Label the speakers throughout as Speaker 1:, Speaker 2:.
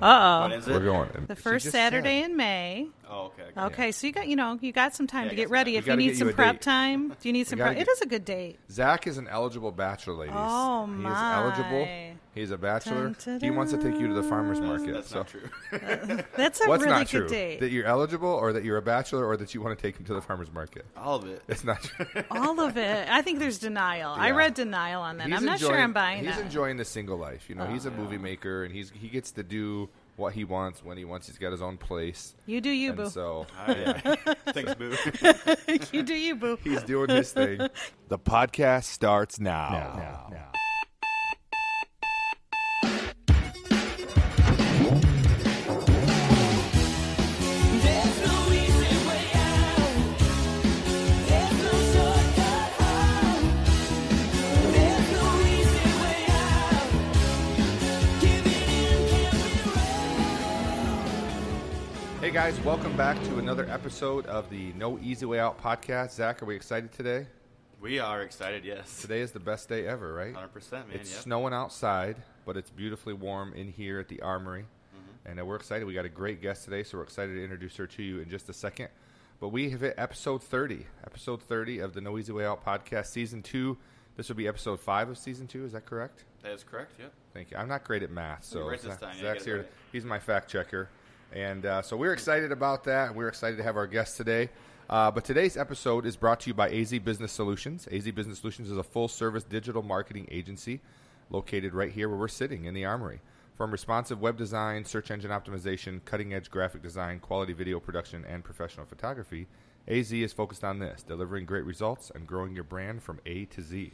Speaker 1: Uh
Speaker 2: What
Speaker 1: oh.
Speaker 2: is it?
Speaker 3: We're going.
Speaker 1: The first Saturday in May.
Speaker 2: Oh, okay. okay.
Speaker 1: Okay, so you got you know you got some time
Speaker 2: Yeah,
Speaker 1: to
Speaker 2: I
Speaker 1: get
Speaker 2: got
Speaker 1: ready.
Speaker 3: some
Speaker 1: If
Speaker 3: time.
Speaker 1: you
Speaker 3: We gotta
Speaker 1: need
Speaker 3: get
Speaker 1: some
Speaker 3: you a
Speaker 1: prep
Speaker 3: date.
Speaker 1: time, do you need some
Speaker 3: gotta
Speaker 1: prep? It
Speaker 3: get-
Speaker 1: is a good date.
Speaker 3: Zach is an eligible bachelor, ladies.
Speaker 1: Oh,
Speaker 3: he
Speaker 1: my.
Speaker 3: is eligible. He's a bachelor.
Speaker 1: Dun,
Speaker 3: He wants to take you to the farmers
Speaker 2: That's,
Speaker 3: market.
Speaker 2: that's
Speaker 3: so.
Speaker 2: not true.
Speaker 1: That's a
Speaker 3: What's
Speaker 1: really
Speaker 3: not
Speaker 1: good
Speaker 3: true?
Speaker 1: date.
Speaker 3: That you're eligible, or that you're a bachelor, or that you want to take him to the farmers market.
Speaker 2: All of it.
Speaker 3: It's not true.
Speaker 1: All of it. I think there's denial. I
Speaker 3: Yeah.
Speaker 1: read denial on that.
Speaker 3: He's
Speaker 1: I'm not sure
Speaker 3: enjoying-
Speaker 1: I'm buying
Speaker 3: He's
Speaker 1: that. Oh,
Speaker 3: enjoying the single life. You know, he's a movie maker, and he's he gets to do what he wants when he wants. He's got his own place,
Speaker 1: you do you,
Speaker 3: and
Speaker 1: boo.
Speaker 3: so
Speaker 2: Thanks, boo.
Speaker 1: you do you, boo.
Speaker 3: he's doing his thing. The podcast starts now. Hey guys, welcome back to another episode of the No Easy Way Out podcast. Zach, are we excited today?
Speaker 2: we are excited. Yes,
Speaker 3: Today is the best day ever, right?
Speaker 2: hundred percent, man.
Speaker 3: It's
Speaker 2: yep.
Speaker 3: snowing outside, but it's beautifully warm in here at the Armory.
Speaker 2: Mm-hmm.
Speaker 3: And uh, we're excited. We got a great guest today, so we're excited to introduce her to you in just a second. But we have hit episode 30, episode 30 of the No Easy Way Out podcast, season two. This will be episode five of season two. Is that correct?
Speaker 2: That is correct. Yep.
Speaker 3: Thank you. I'm not great at math,
Speaker 2: You're
Speaker 3: so
Speaker 2: right this
Speaker 3: Zach-
Speaker 2: time. You
Speaker 3: Zach's
Speaker 2: get it
Speaker 3: here.
Speaker 2: right.
Speaker 3: He's my fact checker, and uh, so we're excited about that. We're excited to have our guest today. Uh, but today's episode is brought to you by AZ Business Solutions. AZ Business Solutions is a full-service digital marketing agency located right here where we're sitting in the Armory. From responsive web design, search engine optimization, cutting-edge graphic design, quality video production, and professional photography, AZ is focused on this: delivering great results and growing your brand from A to Z.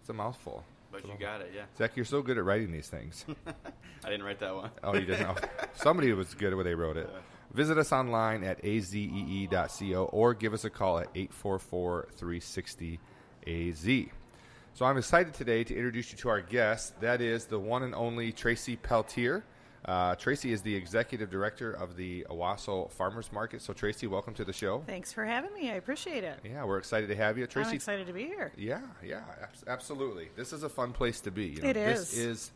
Speaker 3: It's a mouthful.
Speaker 2: But you got it. Yeah.
Speaker 3: Zach, you're so good at writing these things.
Speaker 2: I didn't write that one.
Speaker 3: Oh, you didn't know. Somebody was good when they wrote it. Visit us online at E azee.co or give us a call at 844-360-AZ. So I'm excited today to introduce you to our guest. That is the one and only Tracy Peltier. Uh, Tracy is the executive director of the Owasso Farmers Market. So Tracy, welcome to the show.
Speaker 1: Thanks for having me. I appreciate it.
Speaker 3: Yeah, we're excited to have you. Tracy,
Speaker 1: I'm excited to be here.
Speaker 3: yeah, yeah, abs- absolutely. This is a fun place to be. You know,
Speaker 1: It
Speaker 3: This
Speaker 1: is.
Speaker 3: is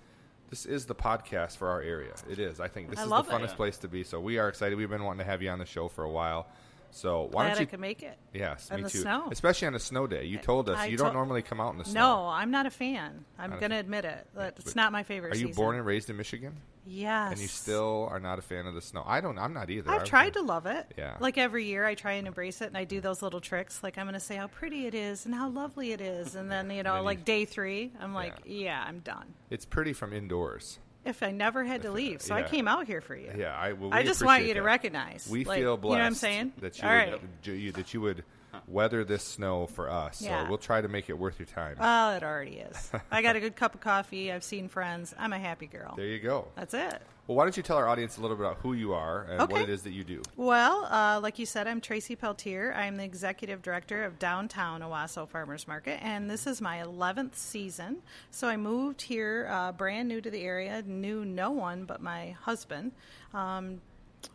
Speaker 3: this is the podcast for our area. It is. I think this
Speaker 1: I
Speaker 3: is the
Speaker 1: love it.
Speaker 3: funnest
Speaker 2: Yeah.
Speaker 3: place to be. So we are excited. We've been wanting to have you on the show for a while. So why
Speaker 1: Glad I
Speaker 3: don't you?
Speaker 1: could make it.
Speaker 3: yes,
Speaker 1: in
Speaker 3: me
Speaker 1: the
Speaker 3: too.
Speaker 1: snow.
Speaker 3: Especially on a snow day. You told us
Speaker 1: I
Speaker 3: you
Speaker 1: to-
Speaker 3: don't normally come out in the snow.
Speaker 1: No, I'm not a fan. I'm
Speaker 3: a
Speaker 1: going to
Speaker 3: fan.
Speaker 1: admit it. That
Speaker 3: but
Speaker 1: It's not my favorite
Speaker 3: Are you
Speaker 1: season.
Speaker 3: born and raised in Michigan?
Speaker 1: Yes.
Speaker 3: And you still are not a fan of the snow? I don't. I'm not either.
Speaker 1: I've
Speaker 3: I'm-
Speaker 1: tried to love it.
Speaker 3: Yeah.
Speaker 1: Like every year, I try and embrace it, and I do those little tricks. Like I'm going to say how pretty it is and how lovely it is, and then you know,
Speaker 3: then you-
Speaker 1: like day three, I'm like, yeah, I'm done.
Speaker 3: It's pretty from indoors.
Speaker 1: If I never had to leave, so I
Speaker 3: yeah.
Speaker 1: came out here for you.
Speaker 3: Yeah, I. Well,
Speaker 1: I
Speaker 3: we
Speaker 1: just want
Speaker 3: appreciate
Speaker 1: you to
Speaker 3: that.
Speaker 1: recognize.
Speaker 3: We
Speaker 1: like,
Speaker 3: feel blessed.
Speaker 1: You know what I'm saying?
Speaker 3: That you,
Speaker 1: All right.
Speaker 3: would, do you that you would weather this snow for us.
Speaker 1: Yeah.
Speaker 3: So we'll try to make it worth your time.
Speaker 1: Oh, it already is. I got a good cup of coffee. I've seen friends. I'm a happy girl.
Speaker 3: there you go.
Speaker 1: That's it.
Speaker 3: Well, why don't you tell our audience a little bit about who you are and what
Speaker 1: Okay.
Speaker 3: it is that you do?
Speaker 1: Well, uh, like you said, I'm Tracy Peltier. I'm the executive director of downtown Owasso Farmers Market, and this is my 11th season. So I moved here uh, brand new to the area, knew no one but my husband. Um,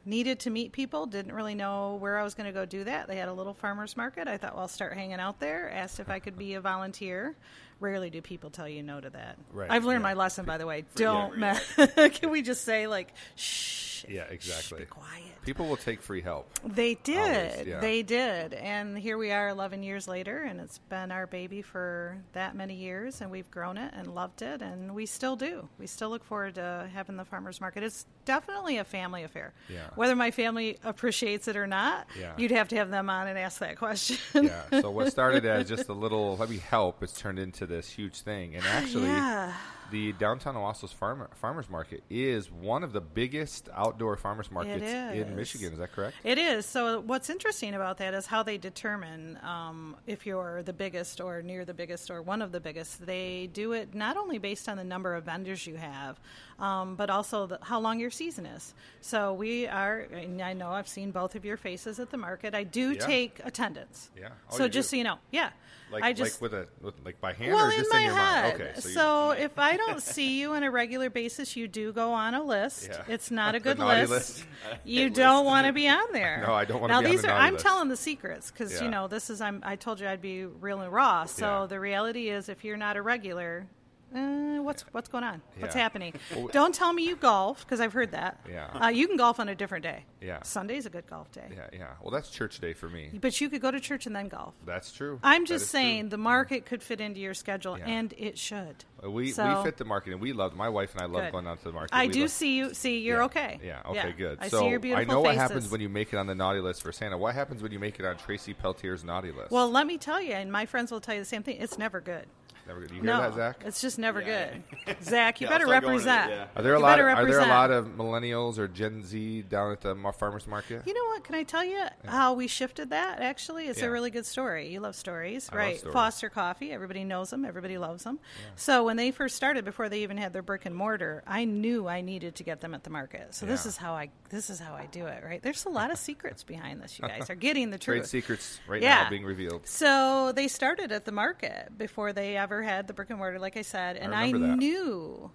Speaker 1: needed to meet people, didn't really know where I was going to go do that. They had a little farmers market. I thought, well, I'll start hanging out there. Asked if I could be a volunteer. Rarely do people tell you no to that.
Speaker 3: Right,
Speaker 1: I've learned
Speaker 3: yeah.
Speaker 1: my lesson, by the way. Don't
Speaker 2: yeah,
Speaker 1: ma- Can we just say, like, shh?
Speaker 3: Yeah,
Speaker 1: shh,
Speaker 3: exactly.
Speaker 1: be quiet.
Speaker 3: People will take free help.
Speaker 1: They did.
Speaker 3: yeah.
Speaker 1: They did. And here we are 11 years later, and it's been our baby for that many years, and we've grown it and loved it, and we still do. We still look forward to having the farmers market. It's definitely a family affair.
Speaker 3: Yeah.
Speaker 1: Whether my family appreciates it or not,
Speaker 3: Yeah.
Speaker 1: you'd have to have them on and ask that question.
Speaker 3: Yeah. So what started as just a little let me help has turned into this huge thing. And actually,
Speaker 1: Yeah.
Speaker 3: the downtown Owasso's farmer, farmers market is one of the biggest outdoor farmers markets in
Speaker 1: is.
Speaker 3: Michigan. Is that correct?
Speaker 1: It is. So, what's interesting about that is how they determine um, if you're the biggest or near the biggest or one of the biggest. They do it not only based on the number of vendors you have, um, but also the, how long your season is. So, we are, and I know I've seen both of your faces at the market. I do
Speaker 3: Yeah.
Speaker 1: take attendance.
Speaker 3: Yeah. Oh,
Speaker 1: so,
Speaker 3: you
Speaker 1: just
Speaker 3: do?
Speaker 1: so you know, yeah.
Speaker 3: Like
Speaker 1: I just,
Speaker 3: like with a with, like by hand
Speaker 1: well,
Speaker 3: or
Speaker 1: in
Speaker 3: just
Speaker 1: my
Speaker 3: your
Speaker 1: head.
Speaker 3: mind? Okay.
Speaker 1: so
Speaker 3: you-
Speaker 1: if I don't see you on a regular basis, you do go on a list.
Speaker 3: Yeah.
Speaker 1: It's not a
Speaker 3: The
Speaker 1: good
Speaker 3: naughty
Speaker 1: list.
Speaker 3: list.
Speaker 1: You don't want to be on there.
Speaker 3: No, I don't wanna
Speaker 1: Now
Speaker 3: be on
Speaker 1: these
Speaker 3: the
Speaker 1: are.
Speaker 3: naughty
Speaker 1: I'm
Speaker 3: list.
Speaker 1: telling the secrets because
Speaker 3: Yeah.
Speaker 1: you know this is. I'm. I told you I'd be real and raw. So
Speaker 3: Yeah.
Speaker 1: the reality is, if you're not a regular. uh, what's what's going on? What's
Speaker 3: Yeah.
Speaker 1: happening?
Speaker 3: Well, we-
Speaker 1: Don't tell me you golf because I've heard that.
Speaker 3: Yeah.
Speaker 1: Uh, you can golf on a different day.
Speaker 3: Yeah.
Speaker 1: Sunday's a good golf day.
Speaker 3: Yeah, yeah. Well, that's church day for me.
Speaker 1: But you could go to church and then golf.
Speaker 3: That's true.
Speaker 1: I'm
Speaker 3: That
Speaker 1: just
Speaker 3: is true.
Speaker 1: saying the market could fit into your schedule,
Speaker 3: Yeah.
Speaker 1: and it should.
Speaker 3: Uh, We
Speaker 1: So-
Speaker 3: we fit the market, and we love. My wife and I love
Speaker 1: Good.
Speaker 3: going out to the market.
Speaker 1: I
Speaker 3: We
Speaker 1: do
Speaker 3: love-
Speaker 1: see you. See, you're
Speaker 3: Yeah.
Speaker 1: okay.
Speaker 3: Yeah. Okay. Good.
Speaker 1: I
Speaker 3: so
Speaker 1: see your beautiful
Speaker 3: I know what
Speaker 1: faces.
Speaker 3: happens when you make it on the naughty list for Santa. What happens when you make it on Tracy Peltier's naughty list?
Speaker 1: Well, let me tell you, and my friends will tell you the same thing. It's never good.
Speaker 3: Never good. You hear
Speaker 1: no,
Speaker 3: that, Zach?
Speaker 1: it's just never
Speaker 2: Yeah.
Speaker 1: good. Zach, you
Speaker 2: Yeah, I'll
Speaker 1: better
Speaker 2: start going to the-
Speaker 1: represent.
Speaker 2: yeah.
Speaker 3: Are there a
Speaker 1: you
Speaker 3: lot?
Speaker 1: better
Speaker 3: are there a
Speaker 1: represent.
Speaker 3: lot of millennials or Gen Z down at the mar- farmers market?
Speaker 1: You know what? Can I tell you how we shifted that? Actually, it's
Speaker 3: Yeah.
Speaker 1: a really good story. You love stories,
Speaker 3: I love
Speaker 1: right?
Speaker 3: stories.
Speaker 1: Foster Coffee. Everybody knows them. Everybody loves them. So when they first started, before they even had their brick and mortar, I knew I needed to get them at the market. So this
Speaker 3: Yeah.
Speaker 1: is how I this is how I do it. Right? There's a lot of secrets behind this. You guys are getting the
Speaker 3: Trade
Speaker 1: truth.
Speaker 3: secrets right
Speaker 1: Yeah.
Speaker 3: now being revealed.
Speaker 1: So they started at the market before they ever had the brick and mortar, like I said, and I,
Speaker 3: remember that.
Speaker 1: knew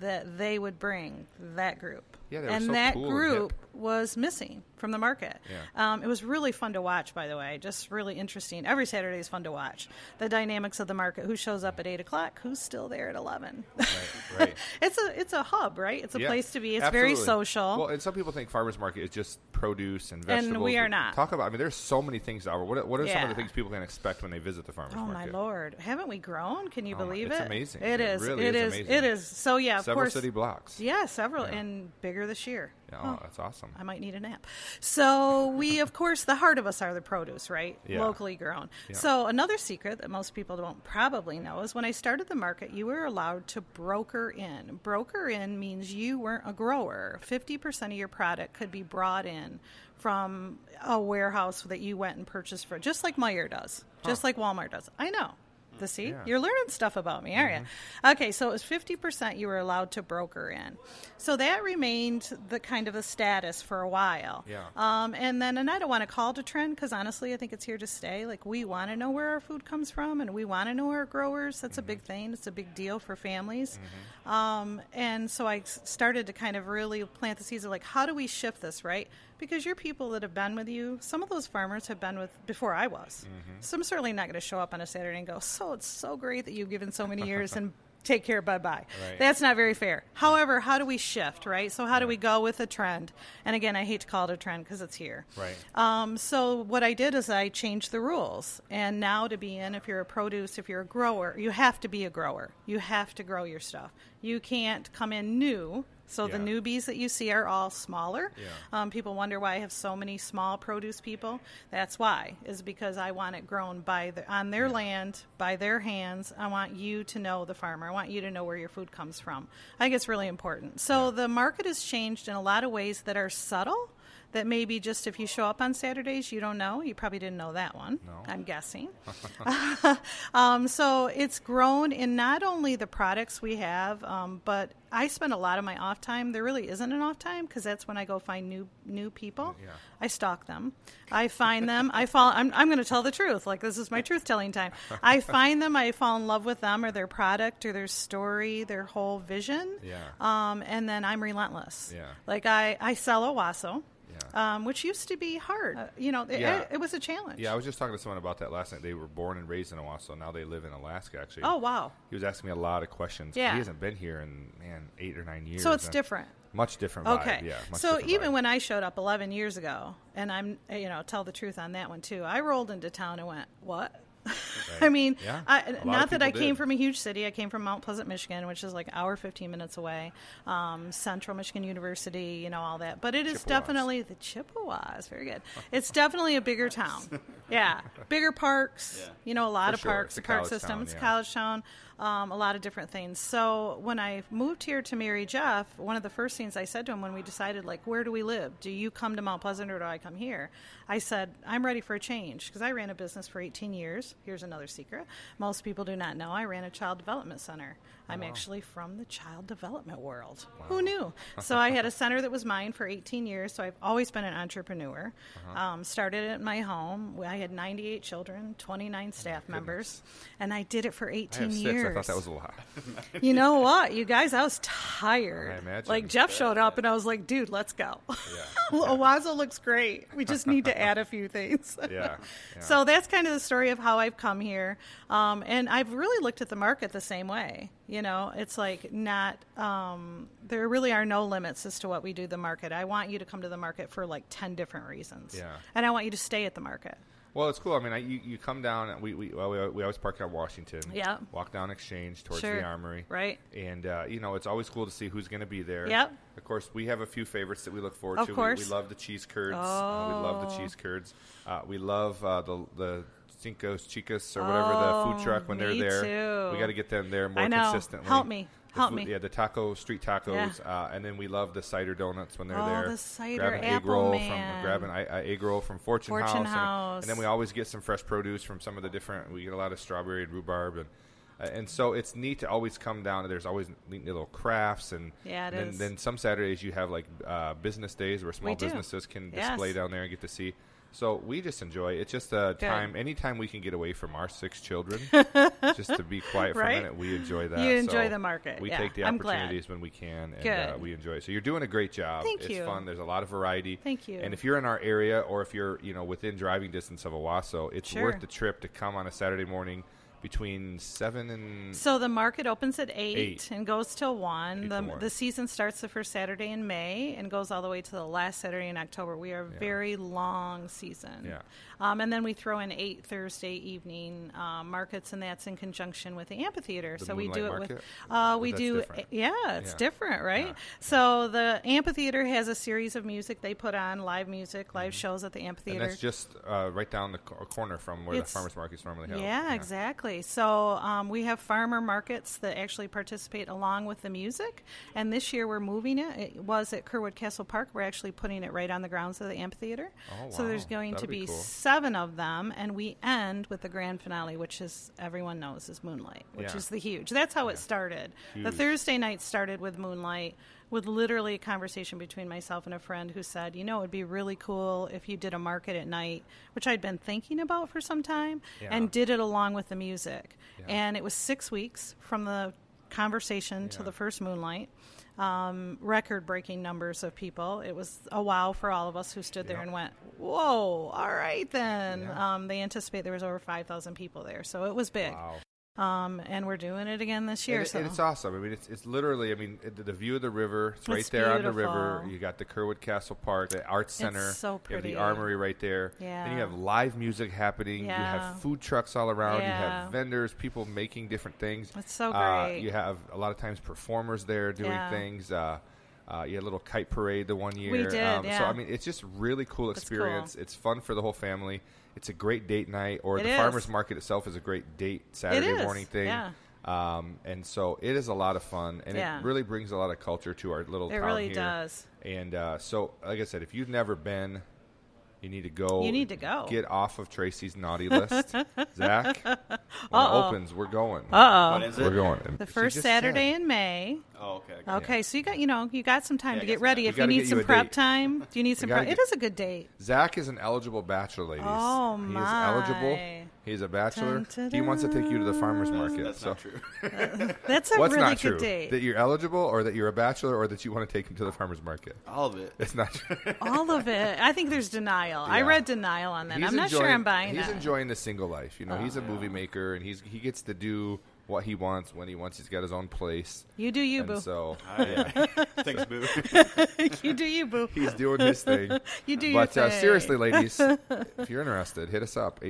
Speaker 1: that they would bring that group.
Speaker 3: Yeah, they were
Speaker 1: and
Speaker 3: so
Speaker 1: that
Speaker 3: cool and
Speaker 1: group
Speaker 3: hip.
Speaker 1: was missing from the market.
Speaker 3: Yeah.
Speaker 1: Um, it was really fun to watch, by the way. Just really interesting. Every Saturday is fun to watch. The dynamics of the market. Who shows up at eight o'clock? Who's still there at eleven?
Speaker 3: Right. Right.
Speaker 1: it's a it's a hub, right? It's a
Speaker 3: Yeah,
Speaker 1: place to be. It's very
Speaker 3: absolutely.
Speaker 1: social.
Speaker 3: Well, and some people think farmers market is just produce and
Speaker 1: And
Speaker 3: vegetables.
Speaker 1: we are not.
Speaker 3: Talk about. I mean, there's so many things. Albert. What, what are some of the
Speaker 1: Yeah.
Speaker 3: things people can expect when they visit the farmers
Speaker 1: Oh my
Speaker 3: market? Oh,
Speaker 1: lord! Haven't we grown? Can you
Speaker 3: my-
Speaker 1: believe
Speaker 3: it's
Speaker 1: it?
Speaker 3: amazing.
Speaker 1: It
Speaker 3: It
Speaker 1: is.
Speaker 3: really
Speaker 1: it
Speaker 3: is
Speaker 1: is.
Speaker 3: amazing.
Speaker 1: It is. So yeah, of
Speaker 3: Several
Speaker 1: course.
Speaker 3: city blocks.
Speaker 1: yeah, several
Speaker 3: Yeah.
Speaker 1: and bigger this year.
Speaker 3: Yeah,
Speaker 1: Huh.
Speaker 3: Oh, that's awesome.
Speaker 1: I might need a nap. So we, of course, the heart of us are the produce, right?
Speaker 3: Yeah.
Speaker 1: Locally grown.
Speaker 3: Yeah.
Speaker 1: So another secret that most people don't probably know is when I started the market, you were allowed to broker in. Broker in means you weren't a grower. Fifty percent of your product could be brought in from a warehouse that you went and purchased for, just like Meyer does, just like Walmart does. I know. The see,
Speaker 3: Yeah. Mm-hmm.
Speaker 1: you're learning stuff about me, aren't you? Okay, so it was fifty percent you were allowed to broker in, so that remained the kind of the status for a while.
Speaker 3: Yeah.
Speaker 1: Um, and then, and I don't want to call it a trend because honestly, I think it's here to stay. Like we want to know where our food comes from, and we want to know our growers. That's a big thing. It's a big deal for families. Um, and so I s- started to kind of really plant the seeds of like, how do we shift this, right? Because your people that have been with you, some of those farmers have been with before I was. So I'm certainly not going to show up on a Saturday and go, so it's so great that you've given so many years and take care, bye bye.
Speaker 3: Right.
Speaker 1: That's not very fair. However, how do we shift, right? So how do we go with a trend? And again, I hate to call it a trend because it's here.
Speaker 3: Right.
Speaker 1: Um, so what I did is I changed the rules, and now to be in, if you're a produce, if you're a grower, you have to be a grower. You have to grow your stuff. You can't come in new. So the
Speaker 3: Yeah.
Speaker 1: newbies that you see are all smaller.
Speaker 3: Yeah.
Speaker 1: Um, people wonder why I have so many small produce people. That's why is because I want it grown by the, on their land by their hands. I want you to know the farmer. I want you to know where your food comes from. I think it's really important. So the market has changed in a lot of ways that are subtle that maybe just if you show up on Saturdays, you don't know. You probably didn't know that one.
Speaker 3: No.
Speaker 1: I'm guessing. um, so it's grown in not only the products we have, um, but I spend a lot of my off time. There really isn't an off time because that's when I go find new new people.
Speaker 3: Yeah.
Speaker 1: I stalk them. I find them. I fall. I'm, I'm going to tell the truth. Like this is my truth telling time. I find them. I fall in love with them or their product or their story, their whole vision.
Speaker 3: Yeah.
Speaker 1: Um, and then I'm relentless.
Speaker 3: Yeah.
Speaker 1: Like I, I sell Owasso,
Speaker 3: Yeah.
Speaker 1: um, which used to be hard. Uh, you know, it,
Speaker 3: Yeah.
Speaker 1: it, it was a challenge.
Speaker 3: Yeah, I was just talking to someone about that last night. They were born and raised in Owasso. Now they live in Alaska, actually.
Speaker 1: Oh wow.
Speaker 3: He was asking me a lot of questions.
Speaker 1: Yeah.
Speaker 3: He hasn't been here in, man, eight or nine years.
Speaker 1: So it's
Speaker 3: and-
Speaker 1: different.
Speaker 3: Much different vibe.
Speaker 1: Okay.
Speaker 3: Yeah. much
Speaker 1: so
Speaker 3: different
Speaker 1: even
Speaker 3: vibe.
Speaker 1: when I showed up 11 years ago, and I'm, you know, tell the truth on that one too, I rolled into town and went, what? I mean,
Speaker 3: Yeah. A
Speaker 1: I,
Speaker 3: lot of
Speaker 1: not that I
Speaker 3: people
Speaker 1: came
Speaker 3: did.
Speaker 1: from a huge city. I came from Mount Pleasant, Michigan, which is like an hour 15 minutes away, um, Central Michigan University, you know, all that. But it is
Speaker 3: Chippewas.
Speaker 1: definitely the Chippewas. Very good. It's definitely a bigger town. Yeah. Bigger parks,
Speaker 2: Yeah.
Speaker 1: you know, a lot
Speaker 3: For
Speaker 1: of
Speaker 3: sure.
Speaker 1: parks,
Speaker 3: It's a
Speaker 1: the park
Speaker 3: college
Speaker 1: system.
Speaker 3: town,
Speaker 1: It's
Speaker 3: yeah.
Speaker 1: college college town, um, a lot of different things. So when I moved here to marry Jeff, one of the first things I said to him when we decided, like, where do we live? Do you come to Mount Pleasant or do I come here? I said, I'm ready for a change because I ran a business for 18 years. Here's another secret most people do not know I ran a child development center. I'm actually from the child development world. Who knew? So I had a center that was mine for 18 years. So I've always been an entrepreneur. Um, started it in my home. I had 98 children, 29 staff members, and I did it for 18
Speaker 3: I have six.
Speaker 1: years.
Speaker 3: I thought that was a lot.
Speaker 1: You know what, you guys? I was tired.
Speaker 3: I imagine.
Speaker 1: Like Jeff showed up, and I was like, "Dude, let's go." Owazo looks great. We just need to add a few things.
Speaker 3: Yeah, yeah.
Speaker 1: So that's kind of the story of how I've come here. Um, and I've really looked at the market the same way. You know, it's like not, um, there really are no limits as to what we do the market. I want you to come to the market for like 10 different reasons.
Speaker 3: Yeah.
Speaker 1: And I want you to stay at the market.
Speaker 3: Well, it's cool. I mean, I, you, you come down. and We we, well, we we always park on Washington.
Speaker 1: Yeah.
Speaker 3: Walk down Exchange towards
Speaker 1: Sure.
Speaker 3: the Armory.
Speaker 1: Right.
Speaker 3: And uh, you know, it's always cool to see who's going to be there.
Speaker 1: Yep.
Speaker 3: Of course, we have a few favorites that we look forward
Speaker 1: Of
Speaker 3: to. We- We,
Speaker 1: course.
Speaker 3: love the cheese curds. Uh, we love the
Speaker 1: Oh.
Speaker 3: cheese curds. Uh, we love uh, the the Cinco's Chicas or whatever the food
Speaker 1: Oh,
Speaker 3: truck when they're
Speaker 1: me
Speaker 3: there.
Speaker 1: too.
Speaker 3: We got to get them there more
Speaker 1: I know.
Speaker 3: consistently.
Speaker 1: Help me.
Speaker 3: The
Speaker 1: Help
Speaker 3: food-
Speaker 1: me.
Speaker 3: Yeah, the taco street tacos, uh, and then we love the cider donuts when they're
Speaker 1: Oh,
Speaker 3: there.
Speaker 1: the cider
Speaker 3: grab an egg
Speaker 1: apple
Speaker 3: roll from
Speaker 1: man.
Speaker 3: grab an I, I egg roll from Fortune,
Speaker 1: Fortune
Speaker 3: House, and-
Speaker 1: House.
Speaker 3: And, then we always get some fresh produce from some of the different. We get a lot of strawberry and rhubarb, and uh, and so it's neat to always come down. There's always neat little crafts, and
Speaker 1: Yeah, it
Speaker 3: and then,
Speaker 1: is.
Speaker 3: then some Saturdays you have like uh, business days where small
Speaker 1: do.
Speaker 3: businesses can
Speaker 1: Yes.
Speaker 3: display down there and get to see. So we just enjoy. It's just a
Speaker 1: Good.
Speaker 3: time. Anytime we can get away from our six children, just to be quiet for a
Speaker 1: Right?
Speaker 3: minute, we enjoy that.
Speaker 1: You enjoy
Speaker 3: So
Speaker 1: the market.
Speaker 3: We
Speaker 1: Yeah,
Speaker 3: take the
Speaker 1: I'm glad.
Speaker 3: opportunities when we can, and uh,
Speaker 1: Good.
Speaker 3: we enjoy. it. So you're doing a great job.
Speaker 1: Thank
Speaker 3: it's
Speaker 1: you.
Speaker 3: fun. There's a lot of variety.
Speaker 1: Thank you.
Speaker 3: And if you're in our area, or if you're you know within driving distance of Owasso, it's
Speaker 1: Sure.
Speaker 3: worth the trip to come on a Saturday morning between seven and
Speaker 1: So the market opens at eight,
Speaker 3: Mm. Eight.
Speaker 1: and goes till one.
Speaker 3: Eight
Speaker 1: the
Speaker 3: till one.
Speaker 1: The season starts the first Saturday in May and goes all the way to the last Saturday in October. We are a very long season.
Speaker 3: Yeah.
Speaker 1: Um, and then we throw in eight Thursday evening um, markets, and that's in conjunction with the amphitheater.
Speaker 3: The
Speaker 1: so we do it
Speaker 3: Moonlight
Speaker 1: with.
Speaker 3: Market?
Speaker 1: Uh,
Speaker 3: But
Speaker 1: we
Speaker 3: that's
Speaker 1: do.
Speaker 3: different.
Speaker 1: Yeah, it's
Speaker 3: Yeah.
Speaker 1: different, right?
Speaker 3: Yeah.
Speaker 1: So the amphitheater has a series of music they put on live music, live shows at the
Speaker 3: Mm-hmm. and
Speaker 1: amphitheater.
Speaker 3: that's just uh, right down the co- corner from where
Speaker 1: It's-
Speaker 3: the farmers markets normally held.
Speaker 1: Yeah, exactly. So um, we have farmer markets that actually participate along with the music. And this year we're moving it. It was at Kerwood Castle Park. We're actually putting it right on the grounds of the amphitheater.
Speaker 3: Oh,
Speaker 1: So there's
Speaker 3: wow.
Speaker 1: going
Speaker 3: That'd
Speaker 1: to
Speaker 3: be
Speaker 1: be
Speaker 3: cool.
Speaker 1: seven of them. And we end with the grand finale, which is everyone knows is Moonlight, which
Speaker 3: Yeah.
Speaker 1: is the huge. That's how it started. The
Speaker 3: Huge.
Speaker 1: Thursday night started with Moonlight. With literally a conversation between myself and a friend who said, You know, it would be really cool if you did a market at night, which I'd been thinking about for some time,
Speaker 3: Yeah.
Speaker 1: and did it along with the music.
Speaker 3: Yeah.
Speaker 1: And it was six weeks from the conversation to
Speaker 3: Yeah.
Speaker 1: the first Moonlight. Um, record breaking numbers of people. It was a wow for all of us who stood there
Speaker 3: Yeah.
Speaker 1: and went, Whoa, all right then.
Speaker 3: Yeah.
Speaker 1: Um, they anticipate there was over 5,000 people there. So it was big.
Speaker 3: Wow.
Speaker 1: Um, and we're doing it again this year.
Speaker 3: And, it-
Speaker 1: so
Speaker 3: and it's awesome. I mean, it's, it's literally, I mean, it- the, the view of the river, it's right
Speaker 1: It's
Speaker 3: there on the river.
Speaker 1: beautiful.
Speaker 3: You got the Kerwood Castle Park, the Arts Center.
Speaker 1: so
Speaker 3: You have the
Speaker 1: pretty.
Speaker 3: armory right there.
Speaker 1: Yeah.
Speaker 3: And you have live music happening. You
Speaker 1: Yeah.
Speaker 3: have food trucks all around. You
Speaker 1: Yeah.
Speaker 3: have vendors, people making different things.
Speaker 1: It's so
Speaker 3: Uh,
Speaker 1: great.
Speaker 3: you have a lot of times performers there doing
Speaker 1: Yeah.
Speaker 3: things. Uh, uh, you had a little kite parade the one year. Um,
Speaker 1: did,
Speaker 3: So,
Speaker 1: yeah.
Speaker 3: I mean, it's just really cool
Speaker 1: cool.
Speaker 3: experience. It's fun for the whole family. It's a great date night, or
Speaker 1: It
Speaker 3: the
Speaker 1: is.
Speaker 3: farmer's market itself is a great date Saturday
Speaker 1: is,
Speaker 3: morning thing.
Speaker 1: yeah.
Speaker 3: Um, and so it is a lot of fun, and
Speaker 1: Yeah.
Speaker 3: it really brings a lot of culture to our little
Speaker 1: It
Speaker 3: town
Speaker 1: really
Speaker 3: here.
Speaker 1: does.
Speaker 3: And uh, so, like I said, if you've never been, you need to go.
Speaker 1: You need to go.
Speaker 3: Get off of Tracy's naughty list, Zach. When it
Speaker 1: Uh-oh.
Speaker 3: opens, we're going.
Speaker 2: What is it?
Speaker 3: We're going.
Speaker 1: the
Speaker 3: She
Speaker 1: first
Speaker 3: just
Speaker 1: Saturday
Speaker 3: said.
Speaker 1: in May.
Speaker 2: Oh, okay. okay.
Speaker 1: Okay, so you got you know you got some time
Speaker 2: Yeah,
Speaker 1: to
Speaker 2: I got
Speaker 1: get
Speaker 2: some
Speaker 1: ready.
Speaker 2: time.
Speaker 1: If
Speaker 3: We
Speaker 1: you
Speaker 3: gotta
Speaker 1: need
Speaker 3: get
Speaker 1: some
Speaker 3: you a
Speaker 1: prep
Speaker 3: date.
Speaker 1: time, do you need some
Speaker 3: gotta
Speaker 1: prep? It
Speaker 3: get-
Speaker 1: is a good date.
Speaker 3: Zach is an eligible bachelor, ladies.
Speaker 1: Oh,
Speaker 3: he
Speaker 1: my.
Speaker 3: is eligible. He's a bachelor.
Speaker 1: Dun,
Speaker 3: He wants to take you to the farmers market.
Speaker 2: That's
Speaker 3: so.
Speaker 2: not true.
Speaker 1: That's a
Speaker 3: What's
Speaker 1: really
Speaker 3: not true?
Speaker 1: good date.
Speaker 3: That you're eligible, or that you're a bachelor, or that you want to take him to the farmers market.
Speaker 2: All of it.
Speaker 3: It's not true.
Speaker 1: All of it. I think there's denial. I
Speaker 3: Yeah.
Speaker 1: read denial on that.
Speaker 3: He's
Speaker 1: I'm not sure
Speaker 3: enjoying-
Speaker 1: I'm buying
Speaker 3: He's
Speaker 1: that. Oh.
Speaker 3: enjoying the single life. You know, he's a movie maker, and he's he gets to do what he wants when he wants. He's got his own place,
Speaker 1: you do you,
Speaker 3: and
Speaker 1: boo.
Speaker 3: so
Speaker 2: I, thanks, boo.
Speaker 1: you do you, boo.
Speaker 3: he's doing his thing.
Speaker 1: You do your
Speaker 3: But uh,
Speaker 1: thing.
Speaker 3: seriously, ladies, if you're interested, hit us up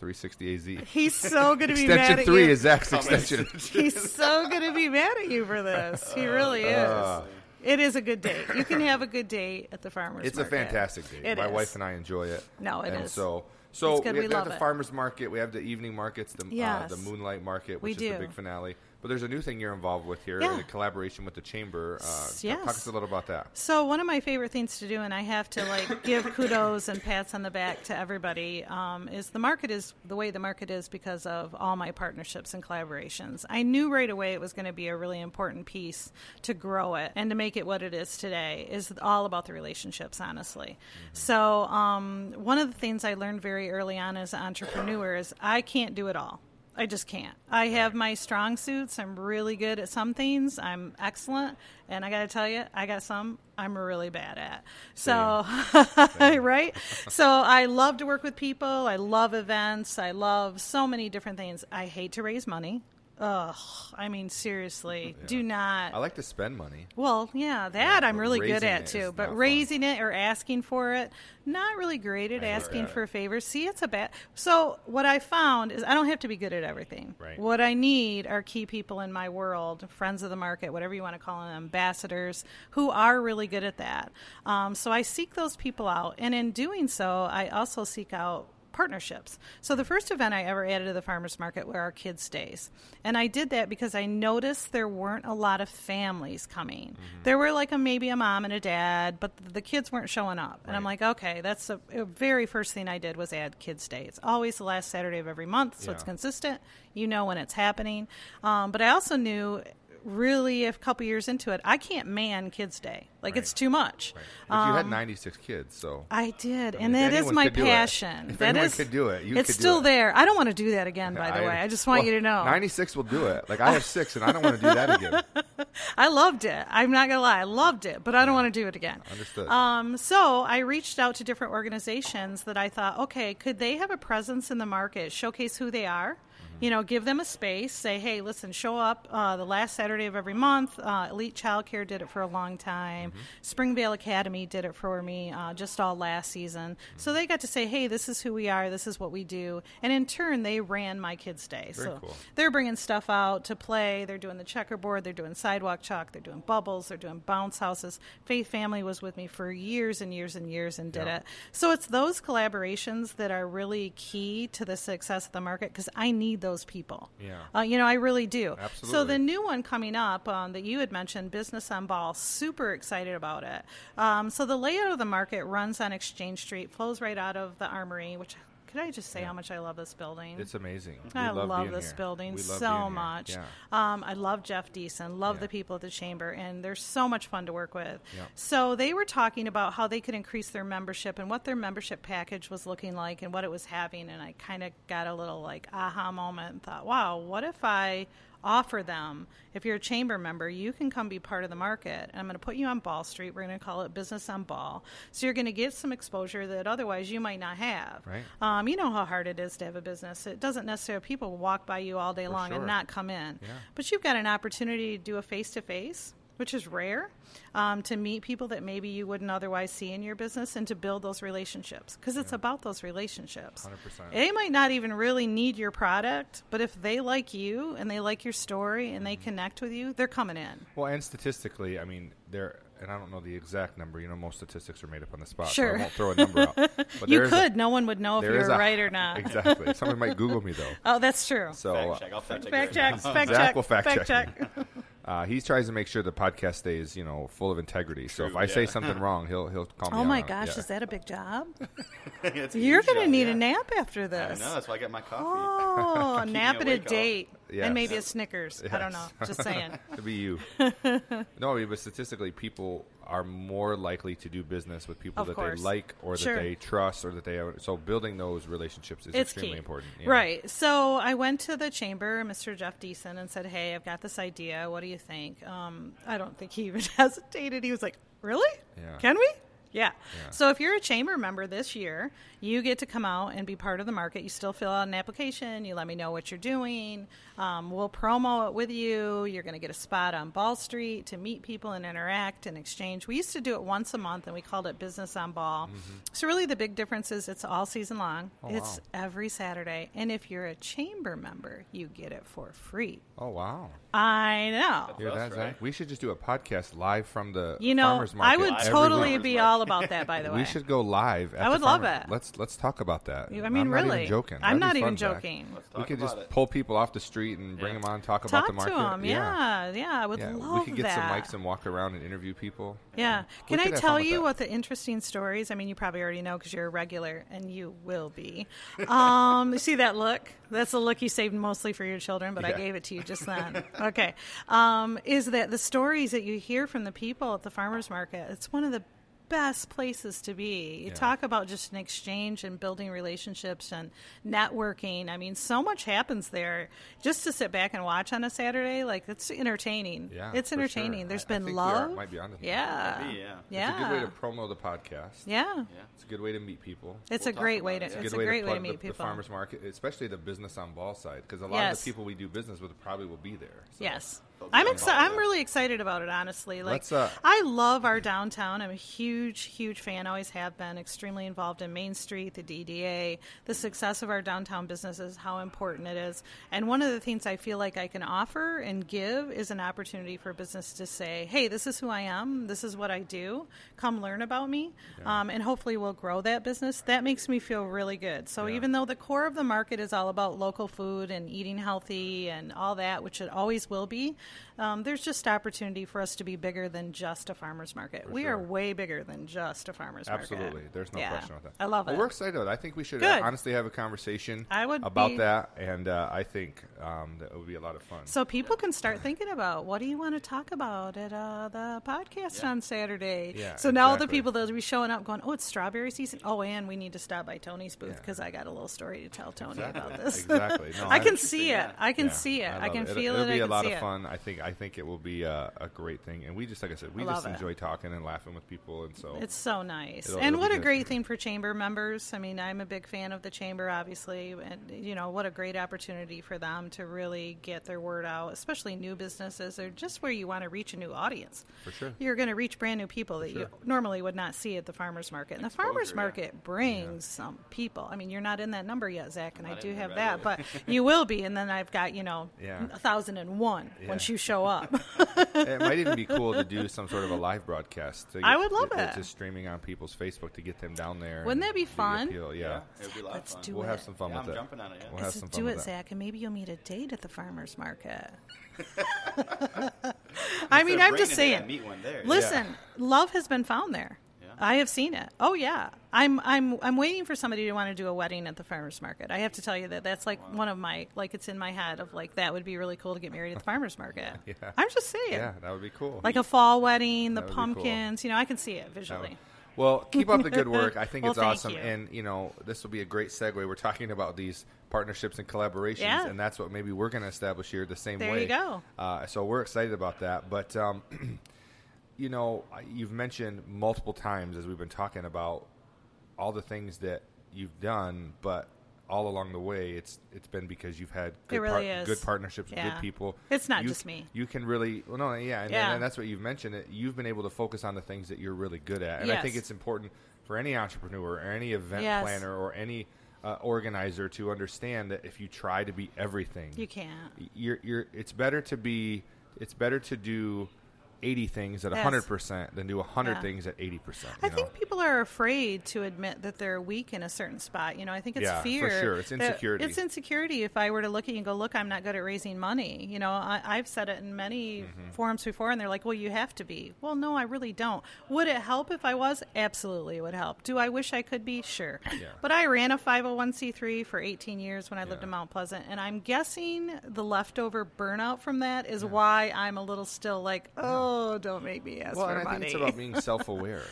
Speaker 3: 844-360-AZ.
Speaker 1: He's so going to be mad
Speaker 3: Extension
Speaker 1: at
Speaker 3: three
Speaker 1: you.
Speaker 3: is Zach's extension.
Speaker 1: He's so going to be mad at you for this. He really is.
Speaker 3: Uh,
Speaker 1: it is a good date. You can have a good date at the farmer's
Speaker 3: It's a
Speaker 1: market.
Speaker 3: fantastic date.
Speaker 1: It
Speaker 3: My
Speaker 1: is.
Speaker 3: wife and I enjoy it.
Speaker 1: No, it
Speaker 3: it is. and
Speaker 1: is.
Speaker 3: So, so
Speaker 1: It's good.
Speaker 3: we,
Speaker 1: We
Speaker 3: we have
Speaker 1: love
Speaker 3: the
Speaker 1: it.
Speaker 3: farmers market. We have the evening markets. The uh,
Speaker 1: Yes.
Speaker 3: the moonlight market,
Speaker 1: We
Speaker 3: which is
Speaker 1: do.
Speaker 3: the big finale. But there's a new thing you're involved with here,
Speaker 1: Yeah.
Speaker 3: in a collaboration with the chamber. Uh,
Speaker 1: S-
Speaker 3: talk- Talk
Speaker 1: yes.
Speaker 3: us a little about that.
Speaker 1: So one of my favorite things to do, and I have to like give kudos and pats on the back to everybody, um, is the market is the way the market is because of all my partnerships and collaborations. I knew right away it was going to be a really important piece to grow it and to make it what it is today. Is all about the relationships, honestly. So um, one of the things I learned very early on as an entrepreneur is I can't do it all. I just can't. I have my strong suits. I'm really good at some things. I'm excellent, and I got to tell you, I got some I'm really bad at. So, right? So I love to work with people. I love events. I love so many different things. I hate to raise money. Ugh. I mean, seriously, do not.
Speaker 3: I like to spend money.
Speaker 1: Well, yeah, that I'm
Speaker 3: but
Speaker 1: really good
Speaker 3: raising
Speaker 1: at
Speaker 3: it is
Speaker 1: too.
Speaker 3: not
Speaker 1: But
Speaker 3: fun.
Speaker 1: raising it or asking for it, not really great at
Speaker 3: hear
Speaker 1: asking
Speaker 3: that.
Speaker 1: for favors. See, it's a bad. So what I found is I don't have to be good at everything.
Speaker 3: Right.
Speaker 1: What I need are key people in my world, friends of the market, whatever you want to call them, ambassadors who are really good at that. Um, so I seek those people out, and in doing so, I also seek out partnerships. So the first event I ever added to the farmers market were our kids days. And I did that because I noticed there weren't a lot of families coming.
Speaker 3: Mm-hmm.
Speaker 1: There were like a maybe a mom and a dad, but the kids weren't showing up. And I'm like, okay, that's the very first thing I did was add kids day. It's always the last Saturday of every month, so it's
Speaker 3: Yeah.
Speaker 1: consistent. You know when it's happening. Um, but I also knew really a couple years into it, I can't man kids day. Like it's too much.
Speaker 3: But you had 96 kids, so
Speaker 1: Um, I did,
Speaker 3: mean,
Speaker 1: and
Speaker 3: if
Speaker 1: that is
Speaker 3: anyone
Speaker 1: my
Speaker 3: could do it-
Speaker 1: passion.
Speaker 3: if
Speaker 1: That
Speaker 3: anyone
Speaker 1: is-
Speaker 3: could do it, you
Speaker 1: it's
Speaker 3: could do
Speaker 1: still
Speaker 3: it.
Speaker 1: there. I don't want to do that again. By the way, I just want you to know,
Speaker 3: 96 will do it. Like I have six, and I don't want to do that again.
Speaker 1: I loved it. I'm not gonna lie, I loved it, but I don't want to do it again.
Speaker 3: Understood.
Speaker 1: Um, so I reached out to different organizations that I thought, okay, could they have a presence in the market, showcase who they are, you know, give them a space, say, hey, listen, show up uh, the last Saturday of every month. Uh, Elite Childcare did it for a long time.
Speaker 3: Mm-hmm.
Speaker 1: Springvale Academy did it for me uh, just all last season.
Speaker 3: Mm-hmm.
Speaker 1: So they got to say, hey, this is who we are, this is what we do, and in turn, they ran my kids' day.
Speaker 3: Very
Speaker 1: so
Speaker 3: cool.
Speaker 1: they're bringing stuff out to play. They're doing the checkerboard. They're doing sidewalk chalk. They're doing bubbles. They're doing bounce houses. Faith Family was with me for years and years and years and did
Speaker 3: Yeah.
Speaker 1: it. So it's those collaborations that are really key to the success of the market because I need those people.
Speaker 3: Yeah.
Speaker 1: Uh, you know, I really do. So
Speaker 3: Absolutely.
Speaker 1: the new one coming up um, that you had mentioned, Business on Ball, super excited about it. Um, so the layout of the market runs on Exchange Street, flows right out of the Armory, which. Could I just say how much I love this building?
Speaker 3: It's amazing. We
Speaker 1: I love,
Speaker 3: being
Speaker 1: this
Speaker 3: here.
Speaker 1: building
Speaker 3: We love being
Speaker 1: so
Speaker 3: here.
Speaker 1: much.
Speaker 3: Yeah.
Speaker 1: Um, I love Jeff Deason, love
Speaker 3: Yeah.
Speaker 1: the people at the chamber, and they're so much fun to work with.
Speaker 3: Yeah.
Speaker 1: So they were talking about how they could increase their membership and what their membership package was looking like and what it was having, and I kind of got a little like aha moment and thought, wow, what if I offer them if you're a chamber member you can come be part of the market and i'm going to put you on ball street we're going to call it business on ball so you're going to get some exposure that otherwise you might not have
Speaker 3: Right.
Speaker 1: um, you know how hard it is to have a business. It doesn't necessarily people walk by you all day long
Speaker 3: sure.
Speaker 1: and not come in,
Speaker 3: Yeah.
Speaker 1: but you've got an opportunity to do a face to face. Which is rare um, to meet people that maybe you wouldn't otherwise see in your business and to build those relationships because it's about those relationships.
Speaker 3: 100%.
Speaker 1: They might not even really need your product, but if they like you and they like your story and they
Speaker 3: Mm-hmm.
Speaker 1: connect with you, they're coming in.
Speaker 3: Well, and statistically, I mean, there, and I don't know the exact number. You know, most statistics are made up on the spot. So
Speaker 1: Sure.
Speaker 3: I won't throw a number out. But
Speaker 1: you
Speaker 3: there is a-
Speaker 1: could. no one would know if you
Speaker 3: there is
Speaker 1: were
Speaker 3: a-
Speaker 1: right or not.
Speaker 3: Exactly. Someone might Google me though.
Speaker 1: Oh, that's true.
Speaker 3: So
Speaker 2: Fact
Speaker 3: uh,
Speaker 2: check. I'll fact check.
Speaker 1: fact
Speaker 2: it.
Speaker 1: check, fact
Speaker 3: Zach
Speaker 1: check,
Speaker 3: will fact
Speaker 1: fact
Speaker 3: check.
Speaker 1: check.
Speaker 3: uh, he tries to make sure the podcast stays, you know, full of integrity. so if
Speaker 2: True,
Speaker 3: I say
Speaker 2: yeah.
Speaker 3: something wrong, he'll he'll call me.
Speaker 1: Oh
Speaker 3: out
Speaker 1: my
Speaker 3: on it.
Speaker 1: gosh,
Speaker 3: Yeah.
Speaker 1: is that a big job?
Speaker 2: It's a
Speaker 1: You're
Speaker 2: huge
Speaker 1: going to
Speaker 2: job,
Speaker 1: need
Speaker 2: yeah.
Speaker 1: a nap after
Speaker 2: I know.
Speaker 1: this.
Speaker 2: That's why I get my coffee.
Speaker 1: Oh, a
Speaker 2: Keep me
Speaker 1: nap and a
Speaker 2: awake all-
Speaker 1: date.
Speaker 3: Yes.
Speaker 1: And maybe a Snickers. I don't know.
Speaker 3: Yes.
Speaker 1: Just saying.
Speaker 3: to be you. no, I mean, but statistically, people are more likely to do business with people
Speaker 1: Of
Speaker 3: that
Speaker 1: course.
Speaker 3: they like or
Speaker 1: Sure.
Speaker 3: that they trust or that they have. So building those relationships is
Speaker 1: it's
Speaker 3: extremely
Speaker 1: key.
Speaker 3: important. yeah.
Speaker 1: Right. So I went to the chamber, Mr. Jeff Deason, and said, "Hey, I've got this idea. What do you think?" Um, I don't think he even hesitated. He was like, "Really?
Speaker 3: Yeah.
Speaker 1: Can we?" Yeah.
Speaker 3: Yeah.
Speaker 1: So if you're a chamber member this year, you get to come out and be part of the market. You still fill out an application. You let me know what you're doing. Um, we'll promo it with you. You're going to get a spot on Ball Street to meet people and interact and exchange. We used to do it once a month, and we called it Business on Ball.
Speaker 3: Mm-hmm.
Speaker 1: So really, the big difference is it's all season long.
Speaker 3: Oh,
Speaker 1: it's every Saturday, and if you're a chamber member, you get it for free.
Speaker 3: Oh wow.
Speaker 1: I know.
Speaker 3: Hear
Speaker 2: That's
Speaker 3: that,
Speaker 2: right.
Speaker 3: Zach? We should just do a podcast live from the
Speaker 1: You know,
Speaker 3: farmers market.
Speaker 1: I would
Speaker 2: every
Speaker 1: totally
Speaker 2: month.
Speaker 1: be all about that. By the way,
Speaker 3: We should go live. At
Speaker 1: I
Speaker 3: the
Speaker 1: would love
Speaker 3: farmers-
Speaker 1: it.
Speaker 3: Let's let's talk about that.
Speaker 1: You- I mean,
Speaker 3: I'm
Speaker 1: really,
Speaker 3: not even joking.
Speaker 1: I'm
Speaker 3: That'd
Speaker 1: not
Speaker 3: be
Speaker 1: even
Speaker 3: fun, Zach.
Speaker 1: joking.
Speaker 2: Let's
Speaker 3: We
Speaker 2: talk
Speaker 3: could just
Speaker 2: about it.
Speaker 3: pull people off the street and bring them on, talk about
Speaker 1: Talk
Speaker 3: the
Speaker 1: to
Speaker 3: market.
Speaker 1: them. Yeah. yeah, I would
Speaker 3: Yeah,
Speaker 1: love
Speaker 3: we could get
Speaker 1: that.
Speaker 3: some mics and walk around and interview people.
Speaker 1: Yeah.
Speaker 3: We
Speaker 1: Can I
Speaker 3: could have
Speaker 1: tell
Speaker 3: fun with
Speaker 1: you
Speaker 3: that.
Speaker 1: what the interesting stories? I mean, you probably already know because you're a regular, and you will be. Um, see that look? That's the look you saved mostly for your children, but I
Speaker 3: Yeah.
Speaker 1: gave it to you just then. okay. Um, is that the stories that you hear from the people at the farmers market? It's one of the best places to be. You talk about just an exchange and building relationships and networking. I mean, so much happens there. Just to sit back and watch on a Saturday, like it's entertaining.
Speaker 3: Yeah,
Speaker 1: it's
Speaker 3: for sure.
Speaker 1: entertaining. There's
Speaker 3: I- I
Speaker 1: been
Speaker 3: think we are-
Speaker 1: love.
Speaker 3: might be onto something.
Speaker 1: yeah.
Speaker 2: Maybe, yeah. It's a
Speaker 1: Uh, yeah.
Speaker 3: It's a good way to promote the podcast.
Speaker 1: yeah.
Speaker 2: Yeah.
Speaker 3: It's a good way to meet people.
Speaker 1: It's
Speaker 2: We'll
Speaker 1: a
Speaker 2: talk
Speaker 1: great
Speaker 2: about
Speaker 1: way
Speaker 2: it.
Speaker 1: to.
Speaker 2: It's
Speaker 3: a
Speaker 1: It's
Speaker 3: good
Speaker 1: a
Speaker 3: way
Speaker 1: great
Speaker 3: to
Speaker 1: way
Speaker 3: plug
Speaker 1: to meet
Speaker 3: the, the
Speaker 1: people.
Speaker 3: farmers market, especially the business on ball side, because a lot of
Speaker 1: Yes.
Speaker 3: the people we do business with probably will be there. So.
Speaker 1: Yes.
Speaker 2: They'll be
Speaker 1: I'm
Speaker 2: on
Speaker 1: exci-
Speaker 2: ball,
Speaker 1: I'm
Speaker 2: yeah.
Speaker 1: really excited about it, honestly. Like,
Speaker 3: Let's, uh,
Speaker 1: I love our downtown. I'm a huge, huge fan. Always have been. Extremely involved in Main Street, the DDA, the success of our downtown businesses, how important it is. And one of the things I feel like I can offer and give is an opportunity for business to say, "Hey, this is who I am. This is what I do. Come learn about me." Um, and hopefully, we'll grow that business. That makes me feel really good. So
Speaker 3: Yeah.
Speaker 1: even though the core of the market is all about local food and eating healthy and all that, which it always will be, um, there's just opportunity for us to be bigger than just a farmer's market. we
Speaker 3: sure.
Speaker 1: are way bigger than just a farmer's market.
Speaker 3: Absolutely. There's no
Speaker 1: Yeah.
Speaker 3: question with that.
Speaker 1: I love
Speaker 3: Well,
Speaker 1: it.
Speaker 3: We're excited about it. I think we should uh,
Speaker 1: Good.
Speaker 3: honestly have a conversation
Speaker 1: I would
Speaker 3: about
Speaker 1: be-
Speaker 3: that, and uh, I think um, that would be a lot of fun.
Speaker 1: So people can start thinking about what do you want to talk about at uh, the podcast on Saturday.
Speaker 3: Yeah,
Speaker 1: so now all the
Speaker 3: exactly.
Speaker 1: people that'll be showing up going, oh, it's strawberry season. Oh, and we need to stop by Tony's booth because I got a little story to tell Tony about this.
Speaker 3: exactly. No,
Speaker 1: I can
Speaker 2: see
Speaker 1: see it.
Speaker 2: that.
Speaker 1: I can
Speaker 3: yeah,
Speaker 1: see it. I,
Speaker 3: love
Speaker 1: can
Speaker 3: It'll-
Speaker 1: feel it.
Speaker 3: It'll be
Speaker 1: I
Speaker 3: a
Speaker 1: can
Speaker 3: lot
Speaker 1: see
Speaker 3: of
Speaker 1: it.
Speaker 3: fun. I think. I think it will be a, a great thing, and we just, like I said, we
Speaker 1: I
Speaker 3: just
Speaker 1: love it.
Speaker 3: enjoy talking and laughing with people, and so
Speaker 1: It's so nice.
Speaker 3: It'll-
Speaker 1: and
Speaker 3: it'll
Speaker 1: what
Speaker 3: be
Speaker 1: a
Speaker 3: good.
Speaker 1: great thing for chamber members. I mean, I'm a big fan of the chamber, obviously. And, you know, what a great opportunity for them to really get their word out, especially new businesses or just where you want to reach a new audience.
Speaker 3: For sure.
Speaker 1: You're going to reach brand new people that you
Speaker 3: sure.
Speaker 1: normally would not see at the farmer's market. And the farmer's
Speaker 2: Exposure, yeah.
Speaker 1: market brings some people. I mean, you're not in that number yet, Zach, and I
Speaker 2: not
Speaker 1: do
Speaker 2: in
Speaker 1: have
Speaker 2: there
Speaker 1: that,
Speaker 2: right
Speaker 1: but you will be. And then I've got, you know,
Speaker 3: Yeah.
Speaker 1: 1,001 once
Speaker 3: Yeah.
Speaker 1: you show up.
Speaker 3: it might even be cool to do some sort of a live broadcast. to-
Speaker 1: I would love
Speaker 3: to-
Speaker 1: it.
Speaker 3: Just streaming on people's Facebook to get them down there.
Speaker 1: Wouldn't
Speaker 3: and
Speaker 1: that be
Speaker 3: do the
Speaker 1: fun?
Speaker 3: appeal. Yeah.
Speaker 2: It would be a lot
Speaker 1: Let's
Speaker 2: of fun.
Speaker 1: do
Speaker 3: We'll
Speaker 1: it.
Speaker 3: have some fun
Speaker 2: Yeah,
Speaker 3: with
Speaker 2: I'm
Speaker 3: it.
Speaker 2: jumping on it, yeah.
Speaker 3: We'll have
Speaker 1: So
Speaker 3: some fun
Speaker 1: do
Speaker 3: with
Speaker 1: it,
Speaker 3: that.
Speaker 1: Zach, and maybe you'll meet a date at the farmer's market. I mean,
Speaker 2: Instead of
Speaker 1: I'm just
Speaker 2: bringing it, I
Speaker 1: saying.
Speaker 2: Meet one there.
Speaker 1: Listen, love has been found there.
Speaker 2: Yeah.
Speaker 1: I have seen it. Oh yeah, I'm I'm I'm waiting for somebody to want to do a wedding at the farmers market. I have to tell you that that's like one of my like it's in my head of like that would be really cool to get married at the farmers market.
Speaker 3: Yeah.
Speaker 1: I'm just saying,
Speaker 3: Yeah, that would be cool.
Speaker 1: like a fall wedding, the
Speaker 3: That would be cool.
Speaker 1: pumpkins. You know, I can see it
Speaker 3: That would-
Speaker 1: visually.
Speaker 3: Well, keep up the good work. I think
Speaker 1: Well,
Speaker 3: it's
Speaker 1: thank
Speaker 3: awesome,
Speaker 1: you.
Speaker 3: and you know this will be a great segue. We're talking about these partnerships and collaborations,
Speaker 1: Yeah.
Speaker 3: and that's what maybe we're going to establish here the same
Speaker 1: There you
Speaker 3: way.
Speaker 1: go.
Speaker 3: Uh, so we're excited about that. But um, you know, you've mentioned multiple times as we've been talking about all the things that you've done, but all along the way, it's it's been because you've had good,
Speaker 1: It really is.
Speaker 3: good partnerships, with
Speaker 1: Yeah.
Speaker 3: good people.
Speaker 1: It's not
Speaker 3: You-
Speaker 1: just me.
Speaker 3: You can really, well, no, yeah, and,
Speaker 1: Yeah.
Speaker 3: and that's what you've mentioned. That you've been able to focus on the things that you're really good at, and I
Speaker 1: Yes.
Speaker 3: think it's important for any entrepreneur or any event
Speaker 1: Yes.
Speaker 3: planner or any uh, organizer to understand that if you try to be everything,
Speaker 1: You can't.
Speaker 3: You're, you're, it's better to be. It's better to do. 80 things at
Speaker 1: Yes.
Speaker 3: 100% than do 100
Speaker 1: Yeah.
Speaker 3: things at 80%. You
Speaker 1: I
Speaker 3: know?
Speaker 1: think people are afraid to admit that they're weak in a certain spot. You know, I think it's
Speaker 3: Yeah, for
Speaker 1: fear.
Speaker 3: sure. It's
Speaker 1: that-
Speaker 3: insecurity.
Speaker 1: It's insecurity. If I were to look at you and go, look, I'm not good at raising money. You know, I, I've said it in many
Speaker 3: Mm-hmm.
Speaker 1: forums before, and they're like, well, you have to be. Well, no, I really don't. Would it help if I was? Absolutely, it would help. Do I wish I could be? Sure. But I ran a 501c3 for 18 years when I lived
Speaker 3: Yeah.
Speaker 1: in Mount Pleasant, and I'm guessing the leftover burnout from that is why I'm a little still like, oh, don't make me ask
Speaker 3: well,
Speaker 1: for
Speaker 3: and I
Speaker 1: money.
Speaker 3: think it's about being self-aware.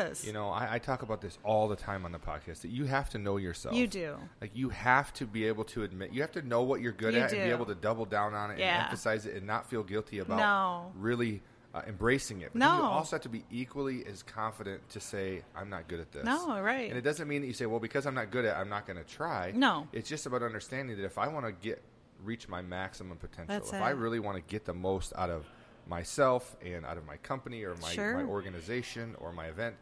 Speaker 1: is.
Speaker 3: You know, I, I talk about this all the time on the podcast that you have to know yourself.
Speaker 1: You do.
Speaker 3: Like you have to be able to admit, you have to know what you're good
Speaker 1: You
Speaker 3: at, and be
Speaker 1: do.
Speaker 3: able to double down on it
Speaker 1: Yeah.
Speaker 3: and emphasize it, and not feel guilty about
Speaker 1: No.
Speaker 3: really uh, embracing it. But then you
Speaker 1: No.
Speaker 3: also have to be equally as confident to say, "I'm not good at this."
Speaker 1: No, right.
Speaker 3: And it doesn't mean that you say, "Well, because I'm not good at, it, I'm not going to try."
Speaker 1: No.
Speaker 3: It's just about understanding that if I want to get reach my maximum potential,
Speaker 1: That's
Speaker 3: if I
Speaker 1: it.
Speaker 3: really want to get the most out of myself and out of my company or my,
Speaker 1: Sure.
Speaker 3: my organization or my event,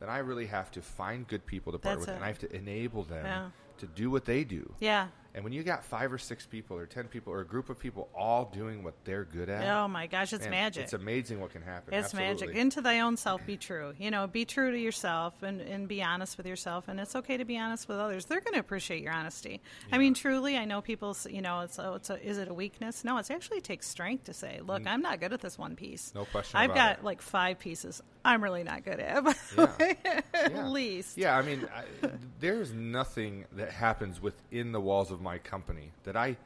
Speaker 3: then I really have to find good people to partner
Speaker 1: That's
Speaker 3: with, and
Speaker 1: it.
Speaker 3: I have to enable them
Speaker 1: Yeah.
Speaker 3: to do what they do.
Speaker 1: yeah.
Speaker 3: And when you got five or six people, or ten people, or a group of people all doing what they're good at,
Speaker 1: Oh my gosh, it's
Speaker 3: man,
Speaker 1: magic.
Speaker 3: It's amazing what can happen.
Speaker 1: It's
Speaker 3: Absolutely.
Speaker 1: magic. Into thy own self, be true. You know, be true to yourself and, and be honest with yourself. And it's okay to be honest with others. They're going to appreciate your honesty. I mean, truly, I know people, s- you know, it's, oh, it's a, is it a weakness? No, it's actually takes strength to say, look, I'm not good at this one piece.
Speaker 3: Mm. No question
Speaker 1: I've
Speaker 3: about
Speaker 1: got
Speaker 3: it.
Speaker 1: like five pieces I'm really not good at, by the
Speaker 3: Yeah.
Speaker 1: way, at
Speaker 3: Yeah.
Speaker 1: least.
Speaker 3: Yeah, I mean, I, there's nothing that happens within the walls of my company that I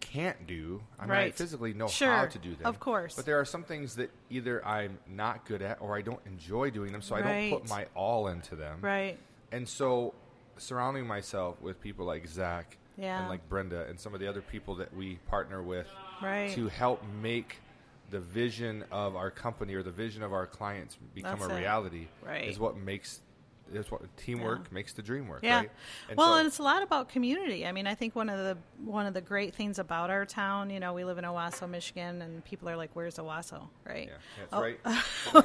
Speaker 3: can't do. I mean, I
Speaker 1: Right.
Speaker 3: physically know how
Speaker 1: Sure.
Speaker 3: to do them.
Speaker 1: Of course.
Speaker 3: But there are some things that either I'm not good at or I don't enjoy doing them, so I don't put
Speaker 1: Right.
Speaker 3: my all into them.
Speaker 1: Right.
Speaker 3: And so surrounding myself with people like Zach and
Speaker 1: Yeah.
Speaker 3: like Brenda and some of the other people that we partner with
Speaker 1: Right.
Speaker 3: to help make the vision of our company or the vision of our clients become
Speaker 1: That's
Speaker 3: a
Speaker 1: it.
Speaker 3: reality
Speaker 1: Right.
Speaker 3: is what makes is what teamwork makes the dream work.
Speaker 1: Yeah.
Speaker 3: Right?
Speaker 1: well,
Speaker 3: so-
Speaker 1: and it's a lot about community. I mean, I think one of the one of the great things about our town, you know, we live in Owasso, Michigan, and people are like, "Where's Owasso?" Right?
Speaker 3: yeah, that's
Speaker 1: Oh,
Speaker 3: right.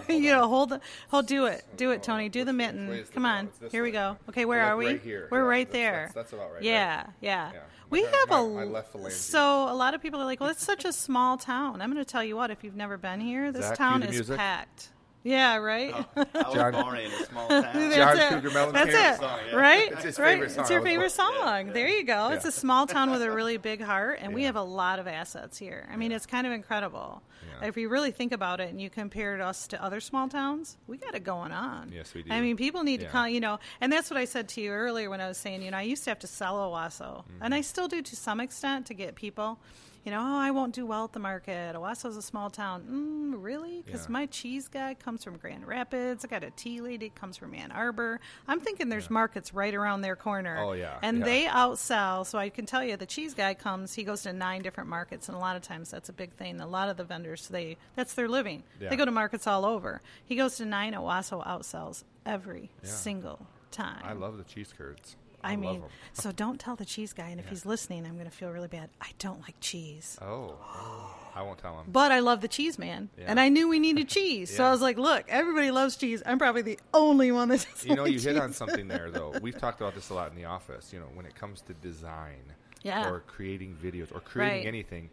Speaker 1: you know, hold the, hold, do it, do it, Tony, do the
Speaker 3: Which- which way
Speaker 1: mitten.
Speaker 3: is the
Speaker 1: Come
Speaker 3: ball?
Speaker 1: on,
Speaker 3: It's this
Speaker 1: here we
Speaker 3: way.
Speaker 1: go. Okay, where
Speaker 3: We're like
Speaker 1: are we?
Speaker 3: right here.
Speaker 1: We're
Speaker 3: Yeah,
Speaker 1: right
Speaker 3: that's-
Speaker 1: there.
Speaker 3: that's- that's about right, right?
Speaker 1: Yeah, yeah.
Speaker 3: Yeah.
Speaker 1: We
Speaker 3: My-
Speaker 1: have
Speaker 3: my-
Speaker 1: a
Speaker 3: my left phalange is-
Speaker 1: so a lot of people are like, well, it's such a small town. I'm going to tell you what. If you've never been here, this
Speaker 3: Zach, cue
Speaker 1: town
Speaker 3: the
Speaker 1: is
Speaker 3: music. Oh.
Speaker 1: packed. Yeah, right.
Speaker 2: I was
Speaker 3: John-
Speaker 2: born in a small town.
Speaker 3: John
Speaker 1: That's it.
Speaker 3: Cougar Mellencamp
Speaker 1: That's it.
Speaker 2: song, yeah.
Speaker 1: Right?
Speaker 3: It's his
Speaker 1: right?
Speaker 3: favorite song.
Speaker 1: It's your
Speaker 3: I was
Speaker 1: favorite
Speaker 3: like-
Speaker 1: song. There you go. It's
Speaker 3: Yeah.
Speaker 1: a small town with a really big heart, and we
Speaker 3: Yeah.
Speaker 1: have a lot of assets here. I mean, it's kind of incredible.
Speaker 3: Yeah.
Speaker 1: If you really think about it and you compared us to other small towns, we got it going on.
Speaker 3: Yes, we do.
Speaker 1: I mean, people need
Speaker 3: Yeah.
Speaker 1: to come, you know, and that's what I said to you earlier when I was saying, you know, I used to have to sell Owasso, and
Speaker 3: Mm-hmm.
Speaker 1: I still do to some extent to get people. You know, oh, I won't do well at the market. Owasso's a small town. Mm, really? Because
Speaker 3: Yeah.
Speaker 1: my cheese guy comes from Grand Rapids. I got a tea lady comes from Ann Arbor. I'm thinking there's markets right around their corner.
Speaker 3: Oh, yeah,
Speaker 1: and
Speaker 3: yeah.
Speaker 1: they outsell. So I can tell you, the cheese guy comes. He goes to nine different markets, and a lot of times that's a big thing. A lot of the vendors, they that's their living.
Speaker 3: Yeah.
Speaker 1: They go to markets all over. He goes to nine. Owasso outsells every
Speaker 3: Yeah.
Speaker 1: single time.
Speaker 3: I love the cheese curds.
Speaker 1: I,
Speaker 3: I, love
Speaker 1: mean,
Speaker 3: 'em.
Speaker 1: so don't tell the cheese guy, and if he's listening, I'm going to feel really bad. I don't like cheese.
Speaker 3: Oh, oh, I won't tell him.
Speaker 1: But I love the cheese man,
Speaker 3: Yeah.
Speaker 1: and I knew we needed cheese, so
Speaker 3: Yeah.
Speaker 1: I was like, "Look, everybody loves cheese. I'm probably the only one that doesn't."
Speaker 3: you know,
Speaker 1: like
Speaker 3: you
Speaker 1: cheese.
Speaker 3: hit on something there, though. We've talked about this a lot in the office. You know, when it comes to design
Speaker 1: Yeah.
Speaker 3: or creating videos or creating
Speaker 1: Right.
Speaker 3: anything,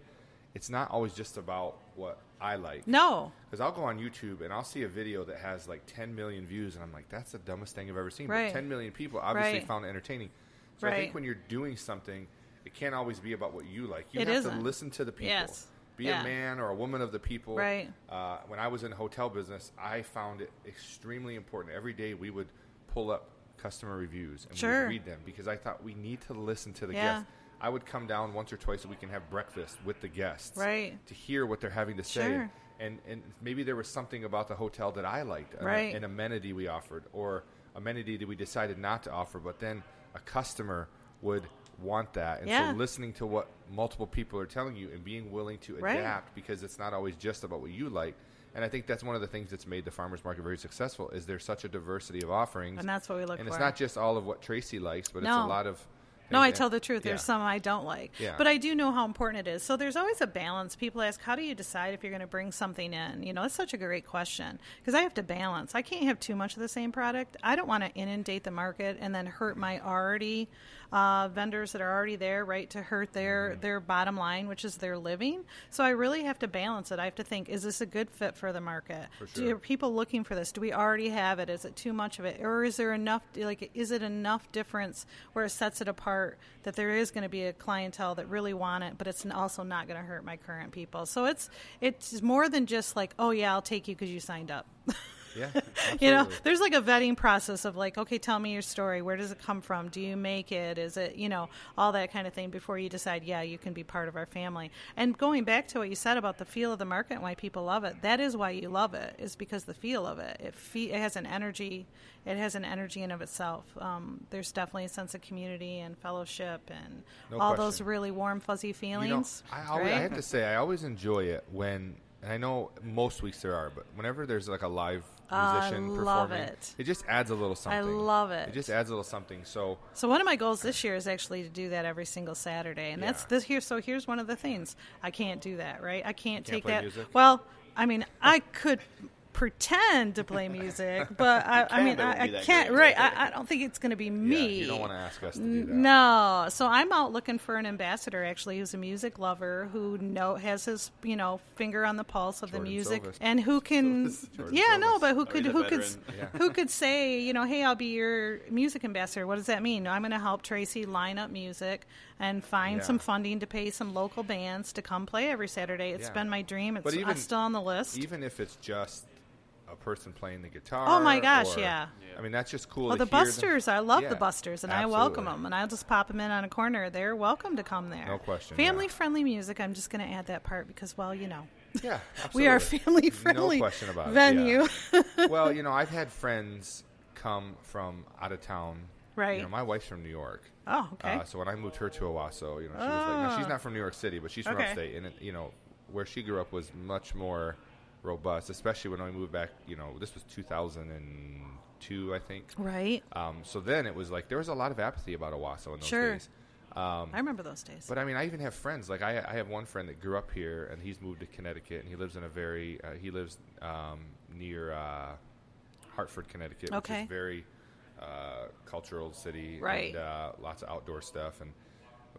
Speaker 3: it's not always just about what I like.
Speaker 1: No,
Speaker 3: Because I'll go on YouTube and I'll see a video that has like 10 million views, and I'm like, that's the dumbest thing I've ever seen.
Speaker 1: Right.
Speaker 3: But 10 million people obviously
Speaker 1: Right.
Speaker 3: found it entertaining. So I think
Speaker 1: Right.
Speaker 3: when you're doing something, it can't always be about what you like. You
Speaker 1: It
Speaker 3: have to
Speaker 1: isn't.
Speaker 3: listen to the people.
Speaker 1: Yes.
Speaker 3: Be a
Speaker 1: Yeah.
Speaker 3: man or a woman of the people.
Speaker 1: Right.
Speaker 3: Uh, when I was in hotel business, I found it extremely important. Every day we would pull up customer reviews and we
Speaker 1: Sure.
Speaker 3: would read them because I thought we need to listen to the
Speaker 1: Yeah.
Speaker 3: guests. I would come down once or twice a week and have breakfast with the guests
Speaker 1: Right.
Speaker 3: to hear what they're having to say
Speaker 1: Sure.
Speaker 3: and and maybe there was something about the hotel that I liked, an,
Speaker 1: Right.
Speaker 3: an amenity we offered, or amenity that we decided not to offer, but then a customer would want that, and
Speaker 1: Yeah.
Speaker 3: so listening to what multiple people are telling you and being willing to
Speaker 1: Right.
Speaker 3: adapt because it's not always just about what you like. And I think that's one of the things that's made the farmers market very successful is there's such a diversity of offerings,
Speaker 1: And that's what we look
Speaker 3: And it's
Speaker 1: for.
Speaker 3: not just all of what Tracy likes, but it's
Speaker 1: No.
Speaker 3: a lot of.
Speaker 1: No, I
Speaker 3: and-
Speaker 1: tell the truth. There's
Speaker 3: yeah.
Speaker 1: some I don't like.
Speaker 3: Yeah.
Speaker 1: But I do know how important it is. So there's always a balance. People ask, how do you decide if you're going to bring something in? You know, that's such a great question because I have to balance. I can't have too much of the same product. I don't want to inundate the market and then hurt my already uh, vendors that are already there, right, to hurt their,
Speaker 3: Mm-hmm.
Speaker 1: their bottom line, which is their living. So I really have to balance it. I have to think, is this a good fit for the market?
Speaker 3: For
Speaker 1: Do
Speaker 3: sure.
Speaker 1: you people looking for this? Do we already have it? Is it too much of it? Or is there enough, like, is it enough difference where it sets it apart that there is going to be a clientele that really want it, but it's also not going to hurt my current people? So it's, it's more than just like, oh, yeah, I'll take you because you signed up.
Speaker 3: Yeah,
Speaker 1: you know,
Speaker 3: absolutely.
Speaker 1: there's like a vetting process of like, okay, tell me your story. Where does it come from? Do you make it? Is it, you know, all that kind of thing before you decide, yeah, you can be part of our family. And going back to what you said about the feel of the market and why people love it, that is why you love it, is because the feel of it. It, fe- it has an energy. It has an energy in of itself. Um, there's definitely a sense of community and fellowship and
Speaker 3: No
Speaker 1: all
Speaker 3: question.
Speaker 1: those really warm, fuzzy
Speaker 3: You know,
Speaker 1: feelings.
Speaker 3: I, always, I
Speaker 1: right?
Speaker 3: have to say, I always enjoy it when, and I know most weeks there are, but whenever there's like a live musician performing,
Speaker 1: Ah, love it.
Speaker 3: just adds a little something.
Speaker 1: love
Speaker 3: It
Speaker 1: it.
Speaker 3: just adds a little something. So
Speaker 1: So one of my goals this year is actually to do that every single Saturday, and that's
Speaker 3: Yeah.
Speaker 1: this here. So here's one of the things I can't do that, right? I can't, take
Speaker 3: play
Speaker 1: that.
Speaker 3: music?
Speaker 1: Well, I mean, I could pretend to play music, but I, I
Speaker 2: can,
Speaker 1: mean,
Speaker 2: but it
Speaker 1: I,
Speaker 2: won't
Speaker 1: I
Speaker 2: be that
Speaker 1: can't.
Speaker 2: great.
Speaker 1: Right? I, I don't think it's going to be me.
Speaker 3: you don't want to ask us to do that.
Speaker 1: No, so I'm out looking for an ambassador actually who's a music lover who know has his you know finger on the pulse of
Speaker 3: Jordan
Speaker 1: the music
Speaker 3: Silvas.
Speaker 1: and who can
Speaker 3: Jordan Oh,
Speaker 1: yeah no
Speaker 3: Silvas.
Speaker 1: but who
Speaker 2: he's
Speaker 1: could
Speaker 2: a
Speaker 1: who could
Speaker 2: veteran.
Speaker 1: s- who could say you know hey I'll be your music ambassador what does that mean I'm going to help Tracy line up music and find
Speaker 3: Yeah.
Speaker 1: some funding to pay some local bands to come play every Saturday It's
Speaker 3: Yeah.
Speaker 1: been my dream it's
Speaker 3: But even-
Speaker 1: uh, still on the list
Speaker 3: Even if it's just a a person playing the guitar.
Speaker 1: Oh my gosh,
Speaker 3: or-
Speaker 1: yeah.
Speaker 3: I mean, that's just cool.
Speaker 1: Well,
Speaker 3: to
Speaker 1: the
Speaker 3: hear them.
Speaker 1: Busters, I love
Speaker 3: Yeah,
Speaker 1: the Busters, and I welcome
Speaker 3: absolutely.
Speaker 1: them, and I'll just pop them in on a corner. They're welcome to come there.
Speaker 3: No question, yeah.
Speaker 1: Family-friendly music. I'm just going to add that part because, well, you know,
Speaker 3: Yeah,
Speaker 1: we are
Speaker 3: absolutely.
Speaker 1: family-friendly
Speaker 3: No question about it, yeah.
Speaker 1: venue.
Speaker 3: well, you know, I've had friends come from out of town.
Speaker 1: Right.
Speaker 3: You know, my wife's from New York.
Speaker 1: Oh, okay. Oh.
Speaker 3: Uh, so when I moved her to Owasso, you know, she was like, now she's not from New York City, but she's from
Speaker 1: Okay.
Speaker 3: upstate, and it, you know, where she grew up was much more robust, especially when we moved back. You know, this was 2002, I think.
Speaker 1: right.
Speaker 3: Um, so then it was like there was a lot of apathy about Owasso in those
Speaker 1: Sure.
Speaker 3: days. Um,
Speaker 1: I remember those days.
Speaker 3: But I mean, I even have friends. Like I, I have one friend that grew up here, and he's moved to Connecticut, and he lives in a very uh, he lives um, near uh, Hartford, Connecticut, which
Speaker 1: Okay.
Speaker 3: is very uh, cultural city,
Speaker 1: Right.
Speaker 3: And, uh, lots of outdoor stuff. And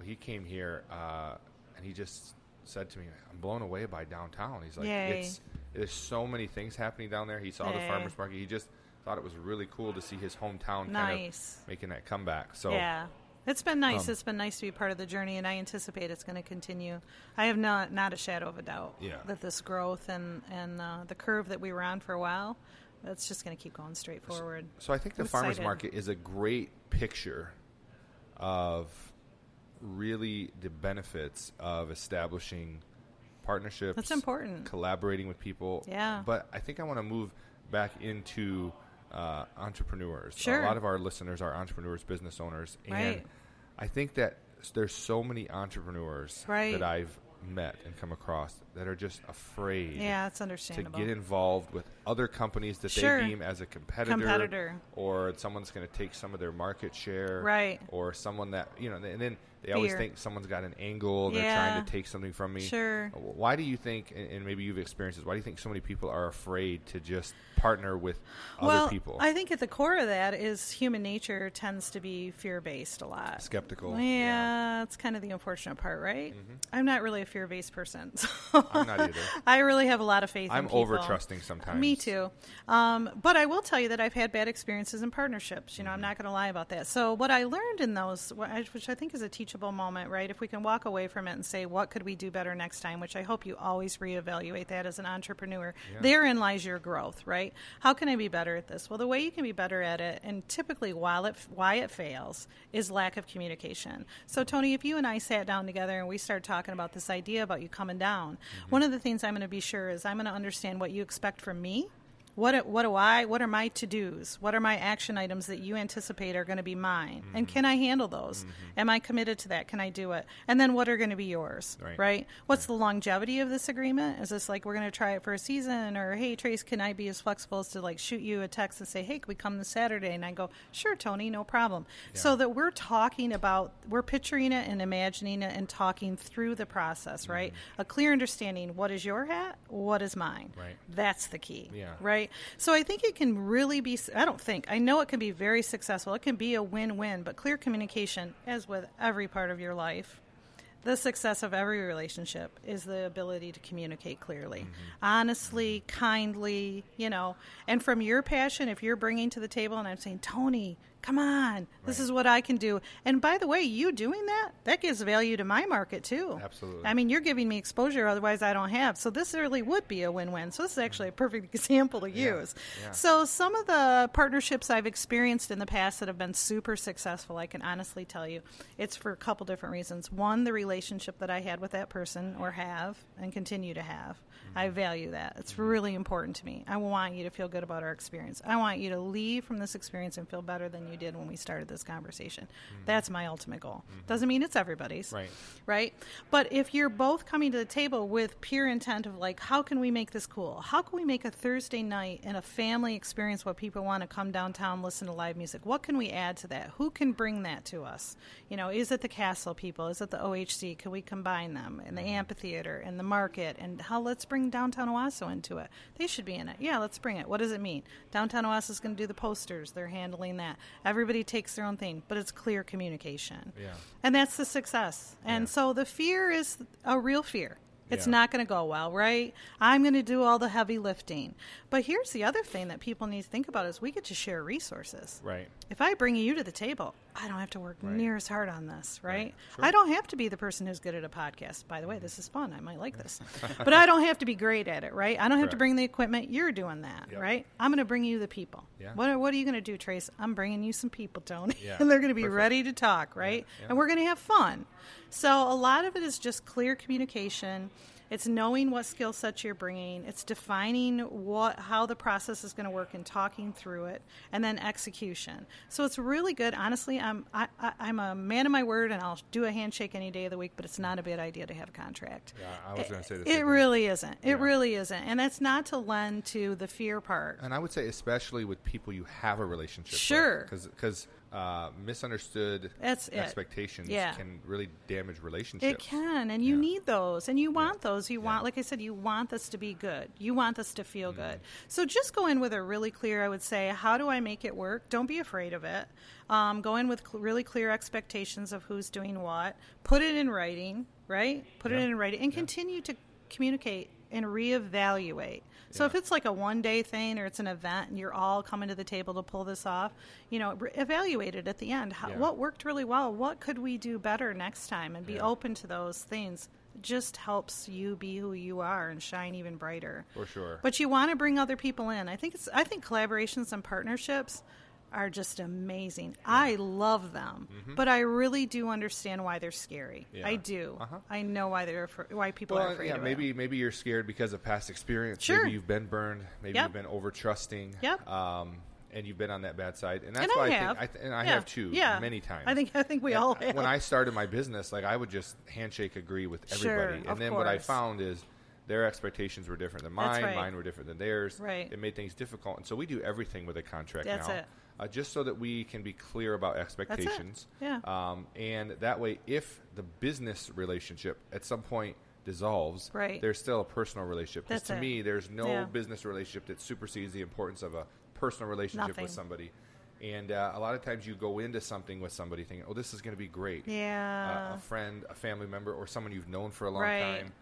Speaker 3: he came here, uh, and he just said to me, "I'm blown away by downtown." He's like,
Speaker 1: Yay.
Speaker 3: "It's there's so many things happening down there." He saw the
Speaker 1: Yay.
Speaker 3: farmers market. He just thought it was really cool to see his hometown kind
Speaker 1: Nice.
Speaker 3: of making that comeback. So
Speaker 1: yeah. It's been nice.
Speaker 3: Um,
Speaker 1: it's been nice to be part of the journey, and I anticipate it's going to continue. I have not not a shadow of a doubt
Speaker 3: Yeah.
Speaker 1: that this growth and and uh, the curve that we were on for a while, that's just going to keep going straight forward.
Speaker 3: So I think the
Speaker 1: I'm
Speaker 3: farmers
Speaker 1: excited.
Speaker 3: market is a great picture of really the benefits of establishing partnerships.
Speaker 1: That's important.
Speaker 3: Collaborating with people.
Speaker 1: Yeah.
Speaker 3: But I think I want to move back into uh, entrepreneurs.
Speaker 1: Sure.
Speaker 3: A lot of our listeners are entrepreneurs, business owners, and
Speaker 1: Right.
Speaker 3: I think that s- there's so many entrepreneurs
Speaker 1: Right.
Speaker 3: that I've met and come across that are just afraid
Speaker 1: Yeah, it's
Speaker 3: to
Speaker 1: understandable.
Speaker 3: get involved with other companies that
Speaker 1: Sure.
Speaker 3: they deem as a competitor,
Speaker 1: Competitor.
Speaker 3: or someone's going to take some of their market share,
Speaker 1: Right.
Speaker 3: Or someone that you know, and then they always
Speaker 1: Fear.
Speaker 3: think someone's got an angle, they're
Speaker 1: Yeah.
Speaker 3: trying to take something from me.
Speaker 1: Sure.
Speaker 3: Why do you think, and and maybe you've experienced this? Why do you think so many people are afraid to just partner with
Speaker 1: well,
Speaker 3: other people?
Speaker 1: I think at the core of that is human nature tends to be fear based a lot.
Speaker 3: Skeptical. Mm-hmm.
Speaker 1: Yeah, it's kind of the unfortunate part, right? I'm not really a fear based person. So
Speaker 3: I'm not either.
Speaker 1: I really have a lot of faith in
Speaker 3: I'm
Speaker 1: people.
Speaker 3: over trusting sometimes.
Speaker 1: Me too. Um, but I will tell you that I've had bad experiences in partnerships. You know, I'm not going to lie about that. So what I learned in those, wh- I- which I think is a teachable moment, right? If we can walk away from it and say, what could we do better next time? Which I hope you always reevaluate that as an entrepreneur. Therein lies your growth, right? How can I be better at this? Well, the way you can be better at it, and typically while it, why it fails, is lack of communication. So Tony, if you and I sat down together and we started talking about this idea about you coming down, one of the things I'm going to be sure is I'm going to understand what you expect from me. What, what do I, what are my to dos? What are my action items that you anticipate are going to be mine? And can I handle those? Am I committed to that? Can I do it? And then what are going to be yours?
Speaker 3: Right.
Speaker 1: What's the longevity of this agreement? Is this like we're going to try it for a season? Or hey, Trace, can I be as flexible as to like shoot you a text and say, hey, can we come this Saturday? And I go, sure, Tony, no problem. So that we're talking about, we're picturing it and imagining it and talking through the
Speaker 3: Mm-hmm.
Speaker 1: process, right? A clear understanding what is your hat, what is mine.
Speaker 3: Right.
Speaker 1: That's the key.
Speaker 3: Yeah.
Speaker 1: Right. So I think it can really be, I don't think, I know it can be very successful. It can be a win win, but clear communication, as with every part of your life, the success of every relationship is the ability to communicate clearly, honestly, kindly, you know. And from your passion, if you're bringing to the table and I'm saying, Tony, come on, this
Speaker 3: Right.
Speaker 1: is what I can do. And by the way, you doing that, that gives value to my market too.
Speaker 3: Absolutely.
Speaker 1: I mean, you're giving me exposure otherwise I don't have. So this really would be a win win. So this is actually a perfect example to
Speaker 3: Yeah,
Speaker 1: use.
Speaker 3: yeah.
Speaker 1: So some of the partnerships I've experienced in the past that have been super successful, I can honestly tell you, it's for a couple different reasons. One, the relationship that I had with that person or have and continue to have. I
Speaker 3: Mm-hmm.
Speaker 1: value that. It's really important to me. I want you to feel good about our experience. I want you to leave from this experience and feel better than you did when we started this conversation. That's my ultimate goal. Doesn't mean it's everybody's
Speaker 3: Mm-hmm. Right.
Speaker 1: right? But if you're both coming to the table with pure intent of like, how can we make this cool? How can we make a Thursday night and a family experience where people want to come downtown, listen to live music? What can we add to that? Who can bring that to us? You know, is it the castle people? Is it the OHC? Can we combine them and the amphitheater and the market? And how let's bring downtown Owasso into it. They should be in it. Yeah, let's bring it. What does it mean? Downtown Owasso is going to do the posters. They're handling that. Everybody takes their own thing, but it's clear communication.
Speaker 3: Yeah.
Speaker 1: And that's the success. And
Speaker 3: Yeah.
Speaker 1: so the fear is a real fear. It's
Speaker 3: Yeah.
Speaker 1: not going to go well, right? I'm going to do all the heavy lifting. But here's the other thing that people need to think about is we get to share resources.
Speaker 3: Right.
Speaker 1: If I bring you to the table, I don't have to work
Speaker 3: Right.
Speaker 1: near as hard on this, right?
Speaker 3: Sure.
Speaker 1: I don't have to be the person who's good at a podcast. By the
Speaker 3: Mm-hmm.
Speaker 1: way, this is fun. I might like this. but I don't have to be great at it, right? I don't have to
Speaker 3: Correct.
Speaker 1: bring the equipment. You're doing that,
Speaker 3: Yep.
Speaker 1: right? I'm going to bring you the people.
Speaker 3: Yeah.
Speaker 1: What, are- what are you going to do, Trace? I'm bringing you some people, Tony.
Speaker 3: Yeah.
Speaker 1: and they're going to be
Speaker 3: Perfect.
Speaker 1: ready to talk, right?
Speaker 3: Yeah.
Speaker 1: And we're going to have fun. So a lot of it is just clear communication. It's knowing what skill sets you're bringing. It's defining what how the process is going to work and talking through it, and then execution. So it's really good. Honestly, I'm I, I, I'm a man of my word, and I'll do a handshake any day of the week. But it's not a bad idea to have a contract.
Speaker 3: Yeah, I was gonna say the same
Speaker 1: It
Speaker 3: thing.
Speaker 1: really isn't. It
Speaker 3: Yeah.
Speaker 1: really isn't, and that's not to lend to the fear part.
Speaker 3: And I would say, especially with people you have a relationship
Speaker 1: Sure.
Speaker 3: with. Because uh, misunderstood
Speaker 1: That's it.
Speaker 3: expectations
Speaker 1: Yeah.
Speaker 3: can really damage relationships.
Speaker 1: It can, and you
Speaker 3: Yeah.
Speaker 1: need those, and you want those. You
Speaker 3: Yeah. Mm-hmm.
Speaker 1: want, like I said, you want this to be good. You want this to feel good. So just go in with a really clear. I would say, how do I make it work? Don't be afraid of it. Um, go in with cl- really clear expectations of who's doing what. Put it in writing, right? Put it
Speaker 3: Yeah.
Speaker 1: in writing, and continue to communicate and reevaluate. So if it's like a one day thing or it's an event and you're all coming to the table to pull this off, you know, re- evaluate it at the end. How,
Speaker 3: Yeah.
Speaker 1: What worked really well? What could we do better next time? And be
Speaker 3: Yeah.
Speaker 1: open to those things just helps you be who you are and shine even brighter.
Speaker 3: For sure.
Speaker 1: But you want to bring other people in. I think it's I think collaborations and partnerships are just amazing. I love them, but I really do understand why they're scary.
Speaker 3: Mm-hmm. Yeah.
Speaker 1: I do.
Speaker 3: Uh-huh.
Speaker 1: I know why they're afra- why people are
Speaker 3: Well,
Speaker 1: afraid
Speaker 3: yeah,
Speaker 1: of
Speaker 3: maybe
Speaker 1: it.
Speaker 3: maybe you're scared because of past experience.
Speaker 1: Sure.
Speaker 3: Maybe you've been burned. Maybe
Speaker 1: Yep.
Speaker 3: you've been over trusting.
Speaker 1: Yep.
Speaker 3: Um, and you've been on that bad side, and that's
Speaker 1: And
Speaker 3: why
Speaker 1: I
Speaker 3: I,
Speaker 1: have.
Speaker 3: think I th- and I
Speaker 1: Yeah.
Speaker 3: have too
Speaker 1: Yeah.
Speaker 3: many times.
Speaker 1: I think I think we
Speaker 3: And
Speaker 1: all
Speaker 3: I-
Speaker 1: have.
Speaker 3: When I started my business, like I would just handshake agree with
Speaker 1: Sure,
Speaker 3: everybody,
Speaker 1: of
Speaker 3: and then what I
Speaker 1: course.
Speaker 3: found is their expectations were different than
Speaker 1: That's
Speaker 3: mine.
Speaker 1: right.
Speaker 3: Mine were different than theirs.
Speaker 1: Right.
Speaker 3: It made things difficult, and so we do everything with a contract
Speaker 1: That's
Speaker 3: now.
Speaker 1: it.
Speaker 3: Uh, just so that we can be clear about expectations.
Speaker 1: Yeah.
Speaker 3: Um, and that way, if the business relationship at some point dissolves,
Speaker 1: Right.
Speaker 3: there's still a personal relationship. Because
Speaker 1: That's
Speaker 3: to
Speaker 1: it.
Speaker 3: me, there's no
Speaker 1: Yeah.
Speaker 3: business relationship that supersedes the importance of a personal relationship
Speaker 1: Nothing.
Speaker 3: with somebody. And uh, a lot of times you go into something with somebody thinking, oh, this is going to be great.
Speaker 1: Yeah.
Speaker 3: Uh, a friend, a family member, or someone you've known for a long
Speaker 1: Right.
Speaker 3: time.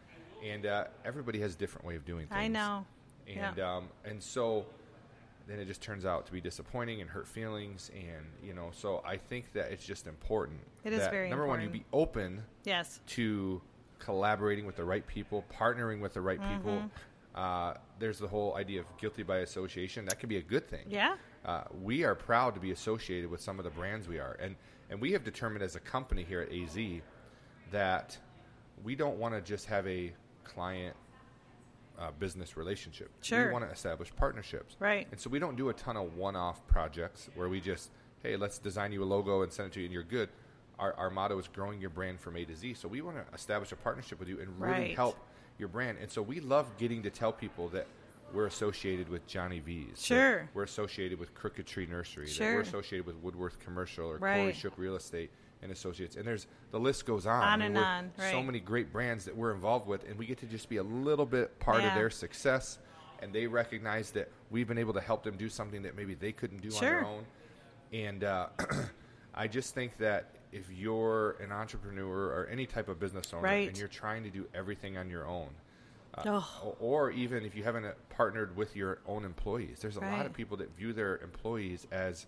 Speaker 3: And uh, everybody has a different way of doing things.
Speaker 1: I know. Yeah.
Speaker 3: And, um, and so then it just turns out to be disappointing and hurt feelings. And, you know, so I think that it's just important.
Speaker 1: It is
Speaker 3: that,
Speaker 1: very
Speaker 3: Number one, you
Speaker 1: important.
Speaker 3: be open
Speaker 1: Yes.
Speaker 3: to collaborating with the right people, partnering with the right people.
Speaker 1: Mm-hmm.
Speaker 3: Uh, there's the whole idea of guilty by association. That can be a good thing.
Speaker 1: Yeah.
Speaker 3: Uh, we are proud to be associated with some of the brands we are, and and we have determined as a company here at AZ that we don't want to just have a client uh, business relationship.
Speaker 1: Sure.
Speaker 3: We want to establish partnerships.
Speaker 1: Right.
Speaker 3: And so we don't do a ton of one off projects where we just, hey, let's design you a logo and send it to you and you're good. Our, our motto is growing your brand from A to Z. So we want to establish a partnership with you and really
Speaker 1: Right.
Speaker 3: help your brand. And so we love getting to tell people that we're associated with Johnny V's. that
Speaker 1: Sure.
Speaker 3: We're associated with Crooked Tree Nursery. That
Speaker 1: Sure.
Speaker 3: we're associated with Woodworth Commercial or Corey
Speaker 1: Right.
Speaker 3: Shook Real Estate and Associates. And there's the list goes
Speaker 1: On
Speaker 3: on. I mean,
Speaker 1: and
Speaker 3: we're-
Speaker 1: on,
Speaker 3: So
Speaker 1: right.
Speaker 3: many great brands that we're involved with, and we get to just be a little bit part of
Speaker 1: Yeah.
Speaker 3: their success. And they recognize that we've been able to help them do something that maybe they couldn't do on
Speaker 1: Sure.
Speaker 3: their own. And uh, I just think that if you're an entrepreneur or any type of business owner
Speaker 1: Right.
Speaker 3: and you're trying to do everything on your own,
Speaker 1: oh.
Speaker 3: o- or even if you haven't uh, partnered with your own employees, there's a lot
Speaker 1: Right.
Speaker 3: of people that view their employees as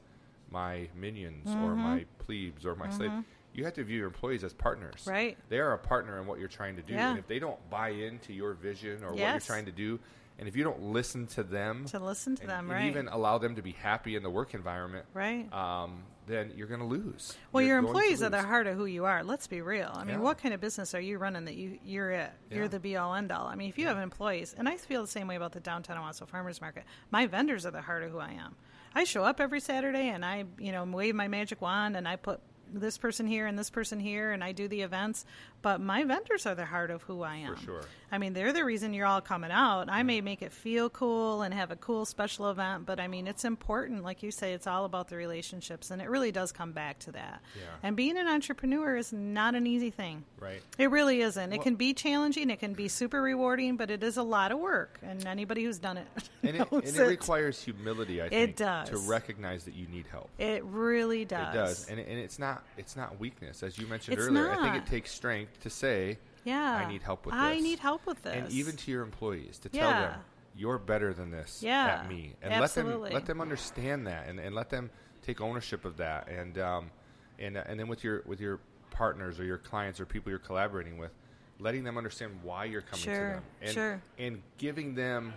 Speaker 3: my minions
Speaker 1: Mm-hmm.
Speaker 3: or my plebes or my slave. You have to view your employees as partners.
Speaker 1: Right.
Speaker 3: They are a partner in what you're trying to do.
Speaker 1: Yeah.
Speaker 3: And if they don't buy into your vision or what you're
Speaker 1: Yes.
Speaker 3: trying to do, and if you don't listen to them,
Speaker 1: To listen to
Speaker 3: and,
Speaker 1: them,
Speaker 3: and
Speaker 1: right.
Speaker 3: even allow them to be happy in the work environment,
Speaker 1: Right.
Speaker 3: Um, then you're going to lose.
Speaker 1: Well, your
Speaker 3: You're going to
Speaker 1: employees are the
Speaker 3: lose.
Speaker 1: heart of who you are. Let's be real. I mean,
Speaker 3: Yeah.
Speaker 1: what kind of business are you running that you you're at?
Speaker 3: Yeah.
Speaker 1: You're the be all end all. I mean, if you have employees, and I feel the same way about the downtown Owasso Farmers Market. My vendors are the heart of who I am. I show up every Saturday and I, you know, wave my magic wand and I put this person here and this person here and I do the events. But my vendors are the heart of who I am.
Speaker 3: sure.
Speaker 1: I mean, they're the reason you're all coming out. I may make it feel cool and have a cool special event, but I mean, it's important. Like you say, it's all about the relationships, and it really does come back to that.
Speaker 3: Yeah.
Speaker 1: And being an entrepreneur is not an easy thing.
Speaker 3: Right.
Speaker 1: It really isn't. It
Speaker 3: Well-
Speaker 1: can be challenging, it can be super rewarding, but it is a lot of work, and anybody who's done it
Speaker 3: And it,
Speaker 1: knows
Speaker 3: and it requires humility, I think, to
Speaker 1: does.
Speaker 3: recognize that you need help.
Speaker 1: It really does.
Speaker 3: It does, and, and it's not it's not weakness, as you mentioned
Speaker 1: It's
Speaker 3: earlier. I think
Speaker 1: not.
Speaker 3: it takes strength to say,
Speaker 1: yeah.
Speaker 3: I need help with this.
Speaker 1: I need help with this.
Speaker 3: and even to your employees to tell
Speaker 1: Yeah.
Speaker 3: them you're better than this
Speaker 1: Yeah,
Speaker 3: at me, and let
Speaker 1: absolutely.
Speaker 3: them let them understand that, and, and let them take ownership of that, and um, and uh, and then with your with your partners or your clients or people you're collaborating with, letting them understand why you're coming
Speaker 1: Sure,
Speaker 3: to them, and
Speaker 1: sure.
Speaker 3: and giving them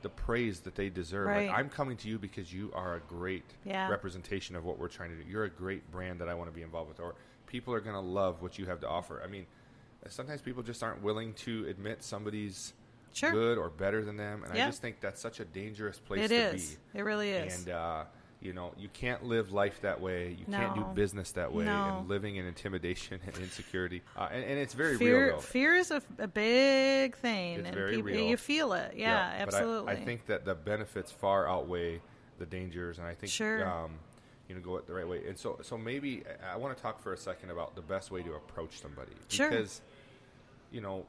Speaker 3: the praise that they deserve.
Speaker 1: Right.
Speaker 3: Like I'm coming to you because you are a great
Speaker 1: Yeah.
Speaker 3: representation of what we're trying to do. You're a great brand that I want to be involved with, or people are going to love what you have to offer. I mean, sometimes people just aren't willing to admit somebody's
Speaker 1: Sure.
Speaker 3: good or better than them, and
Speaker 1: Yeah.
Speaker 3: I just think that's such a dangerous place
Speaker 1: It
Speaker 3: to
Speaker 1: is.
Speaker 3: be.
Speaker 1: It really is.
Speaker 3: And uh, you know, you can't live life that way. You can't do
Speaker 1: No.
Speaker 3: business that way.
Speaker 1: No.
Speaker 3: And living in intimidation and insecurity, uh, and, and it's very
Speaker 1: fear,
Speaker 3: real. Though.
Speaker 1: fear is a, a big thing,
Speaker 3: It's
Speaker 1: and
Speaker 3: very
Speaker 1: people,
Speaker 3: real.
Speaker 1: you feel it. Yeah,
Speaker 3: But I-
Speaker 1: absolutely.
Speaker 3: I, think that the benefits far outweigh the dangers, and I think
Speaker 1: Sure.
Speaker 3: um, you know go it the right way. And so, so maybe I- I want to talk for a second about the best way to approach somebody
Speaker 1: Sure.
Speaker 3: because you know.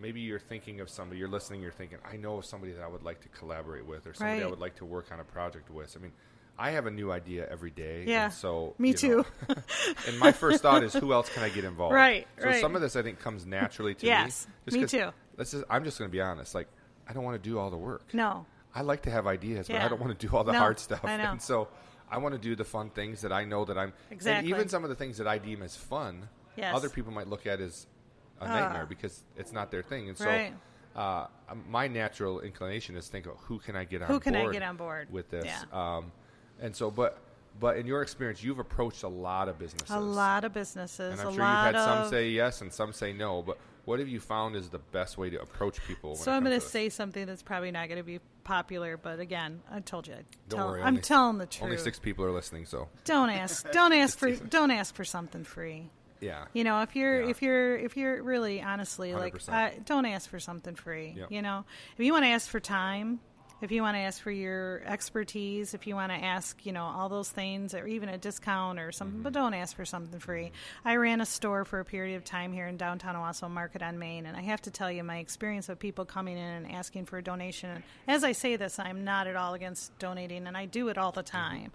Speaker 3: Maybe you're thinking of somebody, you're listening, you're thinking, I know of somebody that I would like to collaborate with or somebody I
Speaker 1: Right.
Speaker 3: would like to work on a project with. I mean, I have a new idea every day. and
Speaker 1: Yeah.
Speaker 3: so
Speaker 1: Me
Speaker 3: you know,
Speaker 1: too.
Speaker 3: and my first thought is, who else can I get involved?
Speaker 1: Right,
Speaker 3: So
Speaker 1: right.
Speaker 3: some of this I think comes naturally to
Speaker 1: Yes,
Speaker 3: me. Just
Speaker 1: me
Speaker 3: 'cause-
Speaker 1: too.
Speaker 3: This is. I'm just going to be honest. Like, I don't want to do all the work.
Speaker 1: no,
Speaker 3: I like to have ideas, but I
Speaker 1: Yeah.
Speaker 3: don't want to do all the
Speaker 1: No,
Speaker 3: hard stuff.
Speaker 1: I know.
Speaker 3: And so I want to do the fun things that I know that I'm.
Speaker 1: Exactly.
Speaker 3: And even some of the things that I deem as fun,
Speaker 1: Yes. Ah.
Speaker 3: other people might look at as a nightmare because it's not their thing. And so.
Speaker 1: Right.
Speaker 3: Uh, my natural inclination is think of who can I get on
Speaker 1: Who can I
Speaker 3: board
Speaker 1: get on board?
Speaker 3: with this,
Speaker 1: Yeah.
Speaker 3: um, and so but but in your experience you've approached a lot of businesses,
Speaker 1: a lot of businesses,
Speaker 3: and I'm
Speaker 1: a
Speaker 3: sure you've
Speaker 1: lot
Speaker 3: had some
Speaker 1: of.
Speaker 3: say yes and some say no. But what have you found is the best way to approach people? When
Speaker 1: so
Speaker 3: it
Speaker 1: I'm
Speaker 3: comes
Speaker 1: going
Speaker 3: to
Speaker 1: to
Speaker 3: this?
Speaker 1: say something that's probably not going to be popular, but again, I told you. I'd
Speaker 3: Don't
Speaker 1: tell-
Speaker 3: worry,
Speaker 1: I'm
Speaker 3: only-
Speaker 1: telling the truth.
Speaker 3: Only six people are listening, so
Speaker 1: Don't ask. Don't ask for. Don't ask for something free.
Speaker 3: yeah.
Speaker 1: You know, if you're
Speaker 3: Yeah.
Speaker 1: if you're if you're really honestly like,
Speaker 3: 100%.
Speaker 1: uh, don't ask for something free.
Speaker 3: Yep.
Speaker 1: You know, if you want to ask for time, if you want to ask for your expertise, if you want to ask, you know, all those things, or even a discount or something, but don't ask for something free. I ran a store for a period of time here in downtown Owasso Market on Main, and I have to tell you my experience of people coming in and asking for a donation. And as I say this, I'm not at all against donating, and I do it all the time.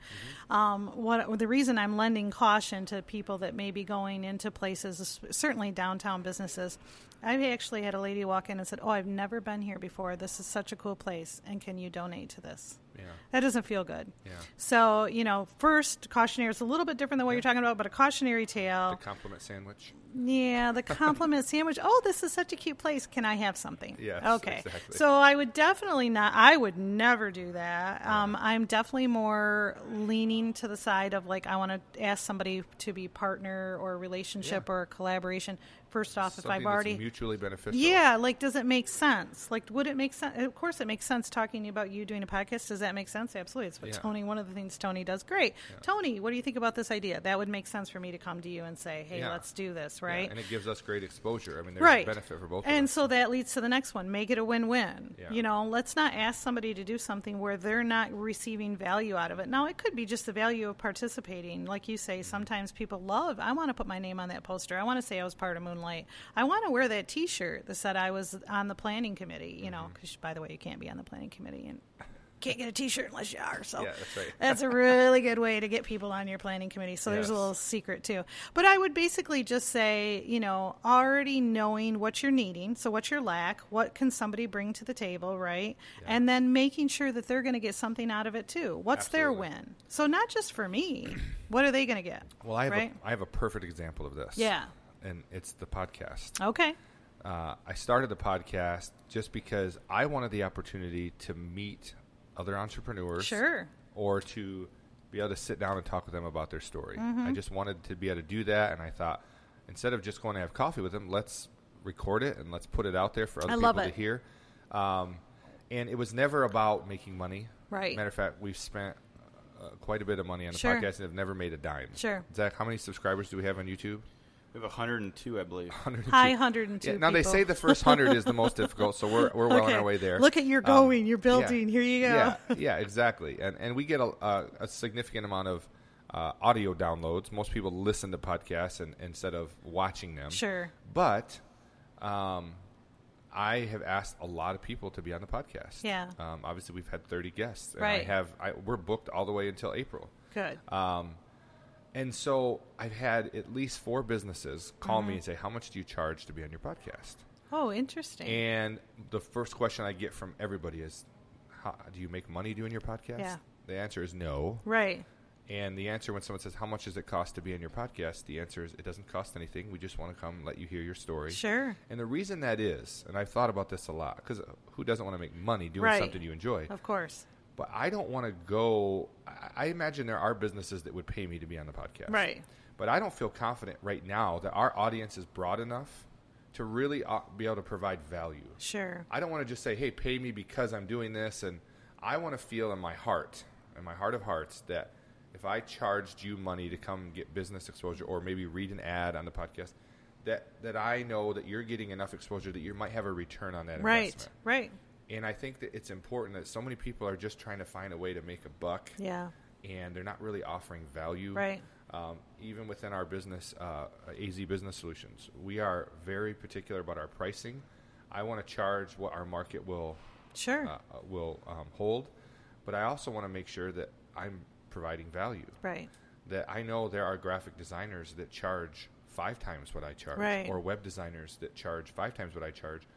Speaker 1: Um, what the reason I'm lending caution to people that may be going into places, certainly downtown businesses. I actually had a lady walk in and said, "Oh, I've never been here before. This is such a cool place, and can you donate to this?"
Speaker 3: Yeah.
Speaker 1: That doesn't feel good.
Speaker 3: Yeah.
Speaker 1: So you know, first cautionary is a little bit different than what you're talking about, but a cautionary
Speaker 3: The
Speaker 1: tale.
Speaker 3: compliment sandwich.
Speaker 1: yeah, the compliment sandwich. Oh, this is such a cute place. Can I have something?
Speaker 3: Yes,
Speaker 1: Okay.
Speaker 3: exactly.
Speaker 1: So I would definitely not. I would never do that.
Speaker 3: Uh-huh.
Speaker 1: Um, I'm definitely more leaning to the side of like I want to ask somebody to be partner or relationship
Speaker 3: Yeah.
Speaker 1: or collaboration. First off, if
Speaker 3: Something
Speaker 1: I've
Speaker 3: that's
Speaker 1: already
Speaker 3: mutually beneficial.
Speaker 1: yeah, like does it make sense? Like would it make sense? Of course it makes sense talking about you doing a podcast. Does that make sense? Absolutely. It's what
Speaker 3: Yeah.
Speaker 1: Tony one of the things Tony does. Great. Tony, what do you think about this idea? That would make sense for me to come to you and say, "Hey,
Speaker 3: Yeah.
Speaker 1: let's do this,"
Speaker 3: Yeah,
Speaker 1: right?
Speaker 3: and it gives us great exposure. I mean, there's
Speaker 1: right.
Speaker 3: benefit for both.
Speaker 1: And
Speaker 3: of us.
Speaker 1: so that leads to the next one. Make it a win-win.
Speaker 3: Yeah.
Speaker 1: You know, let's not ask somebody to do something where they're not receiving value out of it. Now, it could be just the value of participating. Like you
Speaker 3: Mm-hmm.
Speaker 1: say, sometimes people love, I want to put my name on that poster. I want to say I was part of Moonlight. I want to wear that t-shirt that said I was on the planning committee, you
Speaker 3: Mm-hmm.
Speaker 1: know, 'cause know, cuz by the way, you can't be on the planning committee and can't get a t-shirt unless you are. So
Speaker 3: Yeah, that's right.
Speaker 1: that's a really good way to get people on your planning committee. So there's a
Speaker 3: Yes.
Speaker 1: little secret too. But I would basically just say, you know, already knowing what you're needing, so what's your lack, what can somebody bring to the table, right? And then making sure that they're going to get something out of it too. What's
Speaker 3: Absolutely.
Speaker 1: their win? So not just for me. what are they going to get?
Speaker 3: well, I have
Speaker 1: right?
Speaker 3: a, I have a perfect example of this.
Speaker 1: Yeah.
Speaker 3: and it's the podcast.
Speaker 1: okay.
Speaker 3: uh, I started the podcast just because I wanted the opportunity to meet other entrepreneurs.
Speaker 1: Sure.
Speaker 3: Or to be able to sit down and talk with them about their story.
Speaker 1: Mm-hmm.
Speaker 3: I just wanted to be able to do that. And I thought, instead of just going to have coffee with them, let's record it and let's put it out there for other
Speaker 1: I
Speaker 3: people
Speaker 1: love
Speaker 3: to
Speaker 1: it.
Speaker 3: hear. Um, and it was never about making money.
Speaker 1: Right.
Speaker 3: Matter of fact, we've spent uh, quite a bit of money on the
Speaker 1: Sure.
Speaker 3: podcast and have never made a dime.
Speaker 1: Sure.
Speaker 3: Zach, how many subscribers do we have on YouTube?
Speaker 2: We have 102, I believe.
Speaker 3: 102.
Speaker 1: High 102
Speaker 3: Yeah, now they
Speaker 1: people.
Speaker 3: say the first hundred is the most difficult, so we're, we're well on
Speaker 1: Okay.
Speaker 3: our way there.
Speaker 1: Look at you're
Speaker 3: Um,
Speaker 1: going, you're
Speaker 3: yeah.
Speaker 1: building. Here you go.
Speaker 3: Yeah, yeah, exactly. And and we get a, a, a significant amount of uh, audio downloads. Most people listen to podcasts and, instead of watching them.
Speaker 1: Sure.
Speaker 3: But um, I have asked a lot of people to be on the podcast.
Speaker 1: Yeah.
Speaker 3: Um, obviously, we've had thirty guests. And I
Speaker 1: Right.
Speaker 3: have. I, we're booked all the way until April.
Speaker 1: Good.
Speaker 3: Uh, And so I've had at least four businesses call
Speaker 1: Mm-hmm.
Speaker 3: me and say, "How much do you charge to be on your podcast?"
Speaker 1: oh, interesting.
Speaker 3: And the first question I get from everybody is, How, "Do you make money doing your podcast?"
Speaker 1: Yeah.
Speaker 3: The answer is no.
Speaker 1: right.
Speaker 3: And the answer when someone says, How much does it cost to be on your podcast? The answer is, It doesn't cost anything. We just want to come let you hear your story.
Speaker 1: Sure.
Speaker 3: And the reason that is, and I've thought about this a lot, because who doesn't want to make money doing
Speaker 1: Right.
Speaker 3: something you enjoy?
Speaker 1: Of course.
Speaker 3: But I don't want to go. I, I imagine there are businesses that would pay me to be on the podcast.
Speaker 1: Right.
Speaker 3: But I don't feel confident right now that our audience is broad enough to really uh, be able to provide value.
Speaker 1: Sure.
Speaker 3: I don't want to just say, "Hey, pay me because I'm doing this," and I want to feel in my heart, in my heart of hearts, that if I charged you money to come get business exposure or maybe read an ad on the podcast, that that I know that you're getting enough exposure that you might have a return on that
Speaker 1: Right.
Speaker 3: investment.
Speaker 1: Right.
Speaker 3: And I think that it's important that so many people are just trying to find a way to make a buck,
Speaker 1: Yeah.
Speaker 3: and they're not really offering value.
Speaker 1: Right.
Speaker 3: Um, even within our business, uh, AZ Business Solutions, we are very particular about our pricing. I want to charge what our market will
Speaker 1: Sure.
Speaker 3: uh, will um, hold, but I also want to make sure that I'm providing value.
Speaker 1: right.
Speaker 3: That I know there are graphic designers that charge five times what I charge,
Speaker 1: Right.
Speaker 3: or web designers that charge five times what I charge.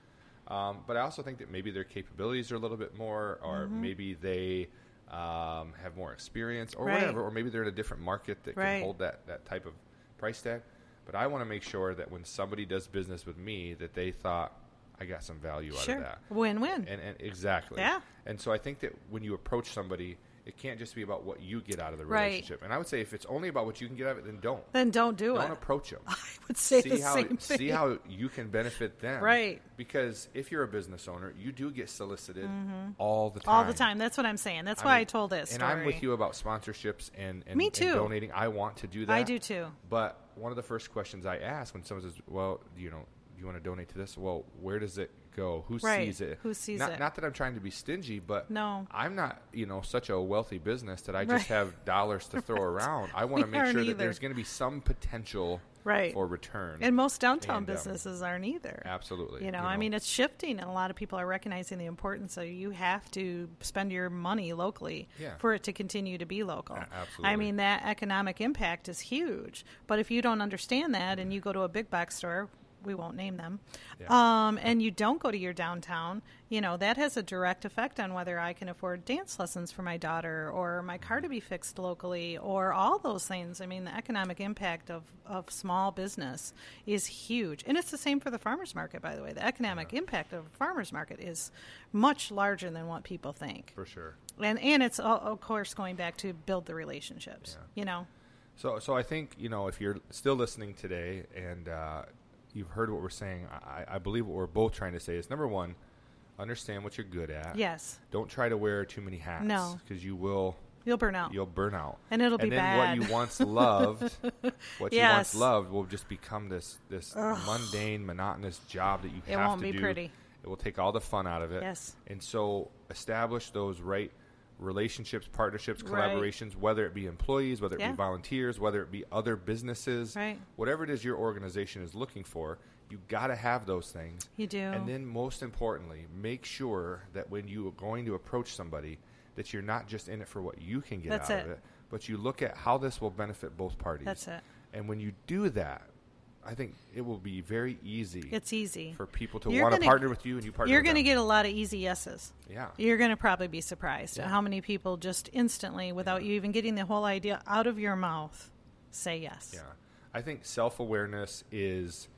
Speaker 3: Um, but I also think that maybe their capabilities are a little bit more, or
Speaker 1: Mm-hmm.
Speaker 3: maybe they um, have more experience, or
Speaker 1: Right.
Speaker 3: whatever, or maybe they're in a different market that
Speaker 1: Right.
Speaker 3: can hold that that type of price tag. But I want to make sure that when somebody does business with me, that they thought I got some value out of
Speaker 1: Sure.
Speaker 3: that.
Speaker 1: Win win.
Speaker 3: And, and exactly.
Speaker 1: Yeah.
Speaker 3: And so I think that when you approach somebody, it can't just be about what you get out of the
Speaker 1: Right.
Speaker 3: relationship. And I would say if it's only about what you can get out of it, then don't.
Speaker 1: Then don't do
Speaker 3: Don't
Speaker 1: it.
Speaker 3: approach them.
Speaker 1: I would say
Speaker 3: see
Speaker 1: the
Speaker 3: how
Speaker 1: same thing.
Speaker 3: see how you can benefit them.
Speaker 1: Right.
Speaker 3: Because if you're a business owner, you do get solicited all the time.
Speaker 1: Mm-hmm. all the time. That's what I'm saying. That's why I
Speaker 3: mean,
Speaker 1: told this
Speaker 3: And
Speaker 1: story.
Speaker 3: I'm with you about sponsorships and, and,
Speaker 1: Me
Speaker 3: and
Speaker 1: too.
Speaker 3: donating. I want to do that.
Speaker 1: I do too.
Speaker 3: But one of the first questions I ask when someone says, "Well, you know, do you want to donate to this? Well, where does it go? Who
Speaker 1: Right.
Speaker 3: sees it?
Speaker 1: Who sees
Speaker 3: not,
Speaker 1: it?
Speaker 3: Not that I'm trying to be stingy, but
Speaker 1: No.
Speaker 3: I'm not. You know, such a wealthy business that I just
Speaker 1: Right.
Speaker 3: have dollars to throw around. I want to
Speaker 1: We
Speaker 3: make
Speaker 1: aren't
Speaker 3: sure that
Speaker 1: either.
Speaker 3: there's going to be some potential
Speaker 1: Right.
Speaker 3: for return.
Speaker 1: And most downtown
Speaker 3: And, um,
Speaker 1: businesses aren't either.
Speaker 3: absolutely.
Speaker 1: You know, I mean, it's shifting, and a lot of people are recognizing the importance. So you have to spend your money locally
Speaker 3: Yeah.
Speaker 1: for it to continue to be local. I
Speaker 3: absolutely.
Speaker 1: mean, that economic impact is huge. But if you don't understand that, and you go to a big box store, we won't name them,
Speaker 3: Yeah.
Speaker 1: um, and you don't go to your downtown, you know, that has a direct effect on whether I can afford dance lessons for my daughter or my car to be fixed locally or all those things. I mean, the economic impact of, of small business is huge. And it's the same for the farmer's market, by the way. The economic impact of a farmer's market is much larger than what people think.
Speaker 3: for sure.
Speaker 1: And, and it's, all, of course, going back to build the relationships,
Speaker 3: Yeah.
Speaker 1: you know?
Speaker 3: So, so I think you know if you're still listening today and uh, you've heard what we're saying, I, I believe what we're both trying to say is number one, understand what you're good at.
Speaker 1: Yes.
Speaker 3: Don't try to wear too many hats.
Speaker 1: No.
Speaker 3: because you will
Speaker 1: You'll burn out.
Speaker 3: you'll burn out,
Speaker 1: And it'll be
Speaker 3: then
Speaker 1: bad.
Speaker 3: what you once loved, what you
Speaker 1: Yes.
Speaker 3: once loved, will just become this this mundane, monotonous job that you
Speaker 1: It
Speaker 3: have
Speaker 1: won't
Speaker 3: to
Speaker 1: be
Speaker 3: do.
Speaker 1: pretty.
Speaker 3: It will take all the fun out of it.
Speaker 1: Yes.
Speaker 3: And so establish those right relationships, partnerships,
Speaker 1: Right.
Speaker 3: collaborations, whether it be employees, whether it
Speaker 1: Yeah.
Speaker 3: be volunteers, whether it be other businesses,
Speaker 1: Right.
Speaker 3: whatever it is your organization is looking for, you got to have those things.
Speaker 1: You do.
Speaker 3: And then most importantly, make sure that when you are going to approach somebody that you're not just in it for what you can get
Speaker 1: That's
Speaker 3: out of
Speaker 1: it.
Speaker 3: it, but you look at how this will benefit both parties.
Speaker 1: That's it.
Speaker 3: And when you do that, I think it will be very easy
Speaker 1: It's easy.
Speaker 3: for people to
Speaker 1: You're
Speaker 3: want to
Speaker 1: gonna-
Speaker 3: partner with you and you partner
Speaker 1: You're
Speaker 3: going
Speaker 1: going to get a lot of easy yeses.
Speaker 3: Yeah.
Speaker 1: You're going to probably be surprised at
Speaker 3: Yeah.
Speaker 1: how many people just instantly, without you even getting the whole idea out of your mouth, say yes.
Speaker 3: Yeah, I think self awareness is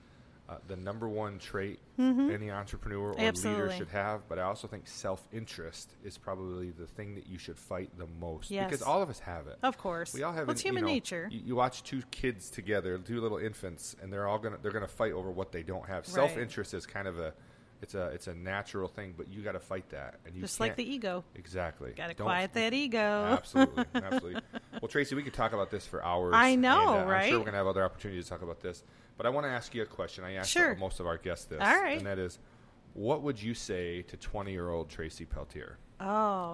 Speaker 3: uh, the number one trait any entrepreneur or leader
Speaker 1: Mm-hmm. Absolutely.
Speaker 3: should have. But I also think self interest is probably the thing that you should fight the most
Speaker 1: Yes.
Speaker 3: because all of us have it.
Speaker 1: Of course.
Speaker 3: We all have.
Speaker 1: Well,
Speaker 3: an-
Speaker 1: it's
Speaker 3: you
Speaker 1: human
Speaker 3: know,
Speaker 1: nature.
Speaker 3: You, you watch two kids together, two little infants, and they're all gonna they're gonna fight over what they don't have. Self interest is kind of a it's a it's a natural thing, but you got to fight that, and you
Speaker 1: just like
Speaker 3: can't-
Speaker 1: the ego.
Speaker 3: Exactly.
Speaker 1: Got to
Speaker 3: Don't-
Speaker 1: quiet that ego.
Speaker 3: Absolutely, absolutely. Well, Tracy, we could talk about this for hours.
Speaker 1: I know,
Speaker 3: and, uh, I'm
Speaker 1: right?
Speaker 3: sure we're gonna have other opportunities to talk about this, but I want to ask you a question. I asked
Speaker 1: Sure.
Speaker 3: most of our guests this,
Speaker 1: All right.
Speaker 3: and that is, what would you say to 20 year old Tracy Peltier?
Speaker 1: Oh,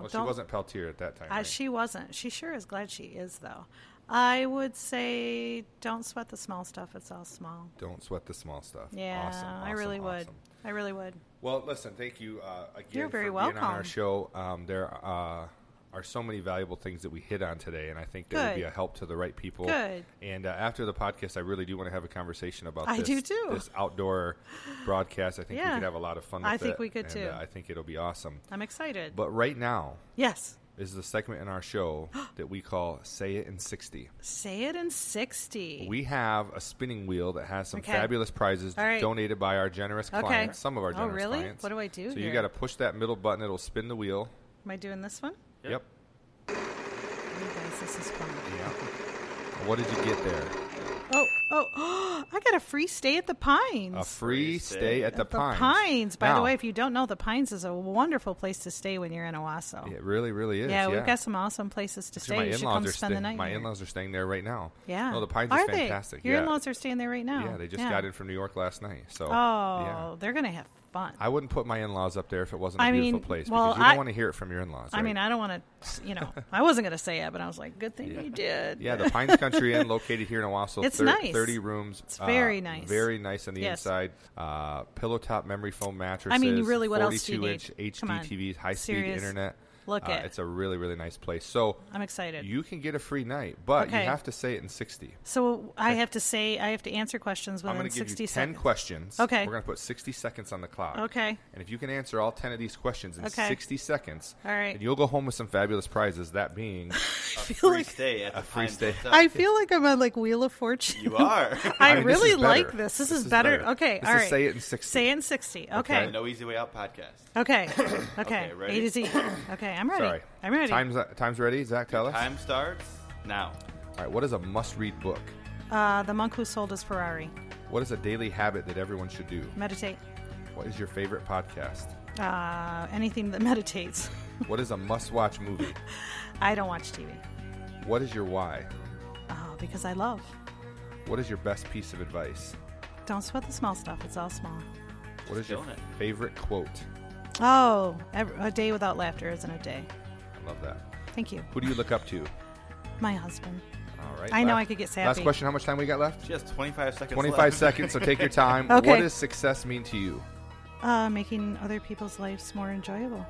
Speaker 3: Well, she
Speaker 1: don't.
Speaker 3: wasn't Peltier at that time.
Speaker 1: I,
Speaker 3: right?
Speaker 1: she wasn't. She sure is glad she is, though. I would say don't sweat the small stuff. It's all small.
Speaker 3: Don't sweat the small stuff.
Speaker 1: Yeah,
Speaker 3: awesome,
Speaker 1: I
Speaker 3: awesome,
Speaker 1: really would.
Speaker 3: awesome.
Speaker 1: I really would.
Speaker 3: Well, listen, thank you uh, again
Speaker 1: You're very
Speaker 3: for being on our
Speaker 1: welcome.
Speaker 3: show. Um, there uh, are so many valuable things that we hit on today, and I think that would be
Speaker 1: Good.
Speaker 3: a help to the right people.
Speaker 1: Good.
Speaker 3: And uh, after the podcast, I really do want to have a conversation about
Speaker 1: I
Speaker 3: this,
Speaker 1: do too.
Speaker 3: this outdoor broadcast. I think we
Speaker 1: Yeah.
Speaker 3: could have a lot of fun with
Speaker 1: I
Speaker 3: it.
Speaker 1: think we could
Speaker 3: and,
Speaker 1: too.
Speaker 3: Uh, I think it'll be awesome.
Speaker 1: I'm excited.
Speaker 3: But right now,
Speaker 1: yes.
Speaker 3: is the segment in our show that we call Say It in 60.
Speaker 1: Say it in 60.
Speaker 3: We have a spinning wheel that has some
Speaker 1: Okay.
Speaker 3: fabulous prizes
Speaker 1: All right.
Speaker 3: donated by our generous
Speaker 1: Okay.
Speaker 3: clients. Some of our
Speaker 1: Oh,
Speaker 3: generous
Speaker 1: really?
Speaker 3: clients.
Speaker 1: What do I do
Speaker 3: So you
Speaker 1: here?
Speaker 3: got to push that middle button. It'll spin the wheel.
Speaker 1: Am I doing this one?
Speaker 2: Yep.
Speaker 3: Yep.
Speaker 1: You guys, this is fun.
Speaker 3: Yeah. What did you get there?
Speaker 1: Oh, oh, I got a free stay at the Pines.
Speaker 3: A free
Speaker 2: Free
Speaker 3: stay
Speaker 2: stay
Speaker 3: at the,
Speaker 1: the
Speaker 3: Pines.
Speaker 1: Pines. By the
Speaker 3: Now-
Speaker 1: way, if you don't know, the Pines is a wonderful place to stay when you're in Owasso.
Speaker 3: it really, really is.
Speaker 1: yeah, we've got some awesome places to
Speaker 3: Actually,
Speaker 1: stay.
Speaker 3: My
Speaker 1: You should
Speaker 3: in-laws
Speaker 1: come
Speaker 3: are
Speaker 1: spend
Speaker 3: staying.
Speaker 1: the night.
Speaker 3: my
Speaker 1: here.
Speaker 3: in-laws are staying there right now.
Speaker 1: Yeah.
Speaker 3: No, the Pines
Speaker 1: are
Speaker 3: is fantastic.
Speaker 1: They? Your
Speaker 3: yeah.
Speaker 1: in-laws are staying there right now.
Speaker 3: Yeah, they just got in from New York last night. So.
Speaker 1: Oh,
Speaker 3: yeah.
Speaker 1: they're gonna have fun.
Speaker 3: I wouldn't put my in-laws up there if it wasn't a
Speaker 1: I
Speaker 3: beautiful
Speaker 1: mean,
Speaker 3: place
Speaker 1: well,
Speaker 3: because you don't
Speaker 1: I-
Speaker 3: want to hear it from your in-laws.
Speaker 1: I
Speaker 3: right?
Speaker 1: mean, I don't want to, you know, I wasn't gonna say it, but I was like, good thing
Speaker 3: Yeah.
Speaker 1: you did.
Speaker 3: yeah, the Pines Country Inn, located here in Owasso,
Speaker 1: It's
Speaker 3: thir-
Speaker 1: nice.
Speaker 3: thirty rooms. uh,
Speaker 1: It's very nice.
Speaker 3: very nice on the
Speaker 1: Yes.
Speaker 3: inside. Uh, pillow top memory foam mattresses.
Speaker 1: I mean, really, what else do you
Speaker 3: 42
Speaker 1: need?
Speaker 3: inch
Speaker 1: Come on.
Speaker 3: HD TVs, high speed
Speaker 1: Serious.
Speaker 3: internet.
Speaker 1: Look
Speaker 3: Uh,
Speaker 1: it.
Speaker 3: it's a really really nice place. So
Speaker 1: I'm excited.
Speaker 3: you can get a free night, but
Speaker 1: Okay.
Speaker 3: you have to say it in sixty.
Speaker 1: so I have to say, I have to answer questions
Speaker 3: I'm
Speaker 1: within
Speaker 3: going to give
Speaker 1: 60
Speaker 3: you 10
Speaker 1: seconds.
Speaker 3: questions.
Speaker 1: Okay.
Speaker 3: We're going to put 60 seconds on the clock.
Speaker 1: Okay.
Speaker 3: And if you can answer all 10 of these questions in
Speaker 1: Okay.
Speaker 3: 60 seconds,
Speaker 1: All right.
Speaker 3: then you'll go home with some fabulous prizes, that being
Speaker 2: A
Speaker 1: feel
Speaker 2: free
Speaker 1: like-
Speaker 2: stay at the
Speaker 3: free
Speaker 2: Pines
Speaker 3: stay.
Speaker 2: Hotel.
Speaker 1: I feel like I'm on like Wheel of Fortune.
Speaker 2: You are.
Speaker 1: I,
Speaker 3: I mean, this
Speaker 1: really
Speaker 3: is better.
Speaker 1: like this. This,
Speaker 3: This
Speaker 1: is,
Speaker 3: is
Speaker 1: better.
Speaker 3: better.
Speaker 1: Okay,
Speaker 3: This
Speaker 1: all
Speaker 3: is
Speaker 1: right.
Speaker 3: say it in 60.
Speaker 1: Say it in sixty. Okay.
Speaker 2: no easy way out podcast.
Speaker 1: Okay. Okay.
Speaker 2: ready?
Speaker 1: A to Z. Okay, I'm ready.
Speaker 3: Sorry.
Speaker 1: I'm ready.
Speaker 3: Time's, uh, time's ready. Zach, tell us.
Speaker 2: Time starts now.
Speaker 3: All right. What is a must read book?
Speaker 1: Uh, the monk who sold his Ferrari.
Speaker 3: What is a daily habit that everyone should do?
Speaker 1: Meditate.
Speaker 3: What is your favorite podcast?
Speaker 1: Uh, anything that meditates.
Speaker 3: what is a must watch movie?
Speaker 1: I don't watch TV.
Speaker 3: What is your why?
Speaker 1: Oh, because I love.
Speaker 3: What is your best piece of advice?
Speaker 1: Don't sweat the small stuff. It's all small.
Speaker 3: What is your
Speaker 2: Killing it.
Speaker 3: favorite quote?
Speaker 1: Oh, ev- a day without laughter isn't a day.
Speaker 3: I love that.
Speaker 1: Thank you,
Speaker 3: Who do you look up to?
Speaker 1: my husband.
Speaker 3: All right.
Speaker 1: I know
Speaker 3: last-
Speaker 1: I could get
Speaker 3: Last
Speaker 1: sappy.
Speaker 3: question. How much time we got left?
Speaker 2: She has 25 seconds
Speaker 3: 25
Speaker 2: left.
Speaker 3: seconds, so take your time.
Speaker 1: Okay.
Speaker 3: What does success mean to you?
Speaker 1: Uh, making other people's lives more enjoyable.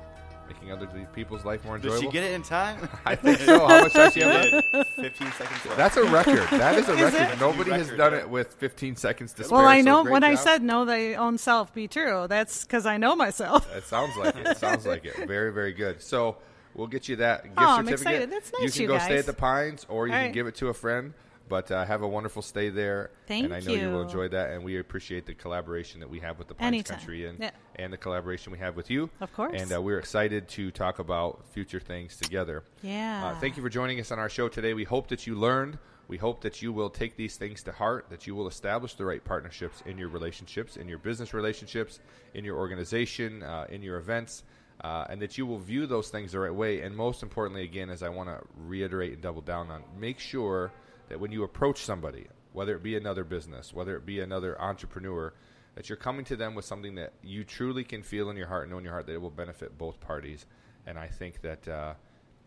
Speaker 3: Making other people's life more
Speaker 2: Did
Speaker 3: enjoyable?
Speaker 2: she get it in time?
Speaker 3: I think so. How much time do
Speaker 2: she
Speaker 3: you have left?
Speaker 2: did. 15 seconds left.
Speaker 3: That's a record. That is a record.
Speaker 1: it?
Speaker 3: Nobody
Speaker 2: New
Speaker 3: has
Speaker 2: record,
Speaker 3: done
Speaker 2: yeah.
Speaker 3: it with 15 seconds to spare.
Speaker 1: Well, I
Speaker 3: so
Speaker 1: know
Speaker 3: great
Speaker 1: when I
Speaker 3: job.
Speaker 1: said know thy own self be true. That's because I know myself.
Speaker 3: It sounds like it. It sounds like it. Very, very good. So we'll get you that gift
Speaker 1: Oh, I'm
Speaker 3: certificate.
Speaker 1: excited. That's
Speaker 3: You
Speaker 1: nice,
Speaker 3: can
Speaker 1: you
Speaker 3: go stay
Speaker 1: guys.
Speaker 3: at the Pines, or you
Speaker 1: All
Speaker 3: can
Speaker 1: right.
Speaker 3: give it to a friend. But uh, have a wonderful stay there.
Speaker 1: Thank
Speaker 3: and I know you. will
Speaker 1: you.
Speaker 3: enjoy that. And we appreciate the collaboration that we have with the Pines
Speaker 1: Anytime.
Speaker 3: Country and,
Speaker 1: Yeah.
Speaker 3: and the collaboration we have with you.
Speaker 1: Of course.
Speaker 3: And uh, we're excited to talk about future things together.
Speaker 1: Yeah.
Speaker 3: Uh, thank you for joining us on our show today. We hope that you learned. We hope that you will take these things to heart, that you will establish the right partnerships in your relationships, in your business relationships, in your organization, uh, in your events, uh, and that you will view those things the right way. And most importantly, again, as I want to reiterate and double down on, make sure that when you approach somebody, whether it be another business, whether it be another entrepreneur, that you're coming to them with something that you truly can feel in your heart and know in your heart that it will benefit both parties. And I think that. Uh,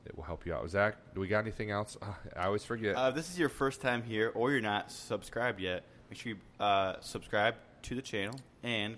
Speaker 3: that will help you out. Zach, do we got anything else? Uh, I always forget.
Speaker 2: Uh, if this is your first time here, or you're not subscribed yet, make sure you uh, subscribe to the channel and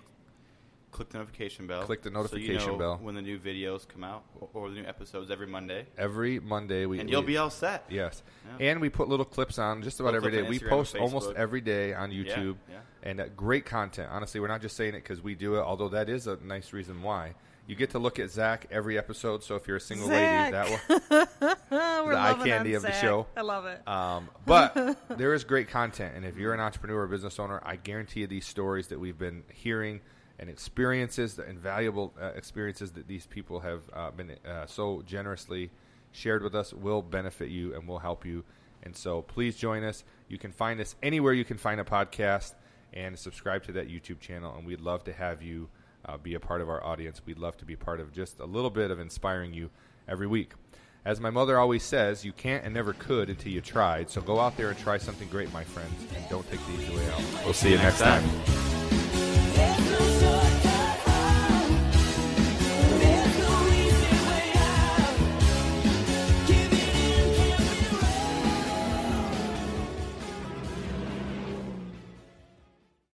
Speaker 2: click the notification bell.
Speaker 3: Click the
Speaker 2: so you
Speaker 3: notification
Speaker 2: know
Speaker 3: bell.
Speaker 2: when the new videos come out or- or the new episodes every Monday,
Speaker 3: every Monday we
Speaker 2: and you'll
Speaker 3: we-
Speaker 2: be all set.
Speaker 3: Yes,
Speaker 2: Yeah.
Speaker 3: and we put little clips on just about
Speaker 2: Little
Speaker 3: every day.
Speaker 2: clips on
Speaker 3: We
Speaker 2: Instagram,
Speaker 3: post almost
Speaker 2: Facebook.
Speaker 3: every day on YouTube,
Speaker 2: yeah.
Speaker 3: and uh, great content. Honestly, we're not just saying it because we do it. Although that is a nice reason why you get to look at Zach every episode. So if you're a single
Speaker 1: Zach.
Speaker 3: lady, that will.
Speaker 1: Oh, we're
Speaker 3: the eye
Speaker 1: loving
Speaker 3: candy
Speaker 1: on
Speaker 3: of the
Speaker 1: Zach.
Speaker 3: show.
Speaker 1: I love it.
Speaker 3: Um, but there is great content, and if you're an entrepreneur or business owner, I guarantee you these stories that we've been hearing and experiences, the invaluable uh, experiences that these people have uh, been uh, so generously shared with us, will benefit you and will help you. And so, please join us. You can find us anywhere you can find a podcast, and subscribe to that YouTube channel. And we'd love to have you uh, be a part of our audience. We'd love to be part of just a little bit of inspiring you every week. As my mother always says, you can't and never could until you tried. So go out there and try something great, my friends, and don't take the easy way out. We'll see you next time.
Speaker 4: There's no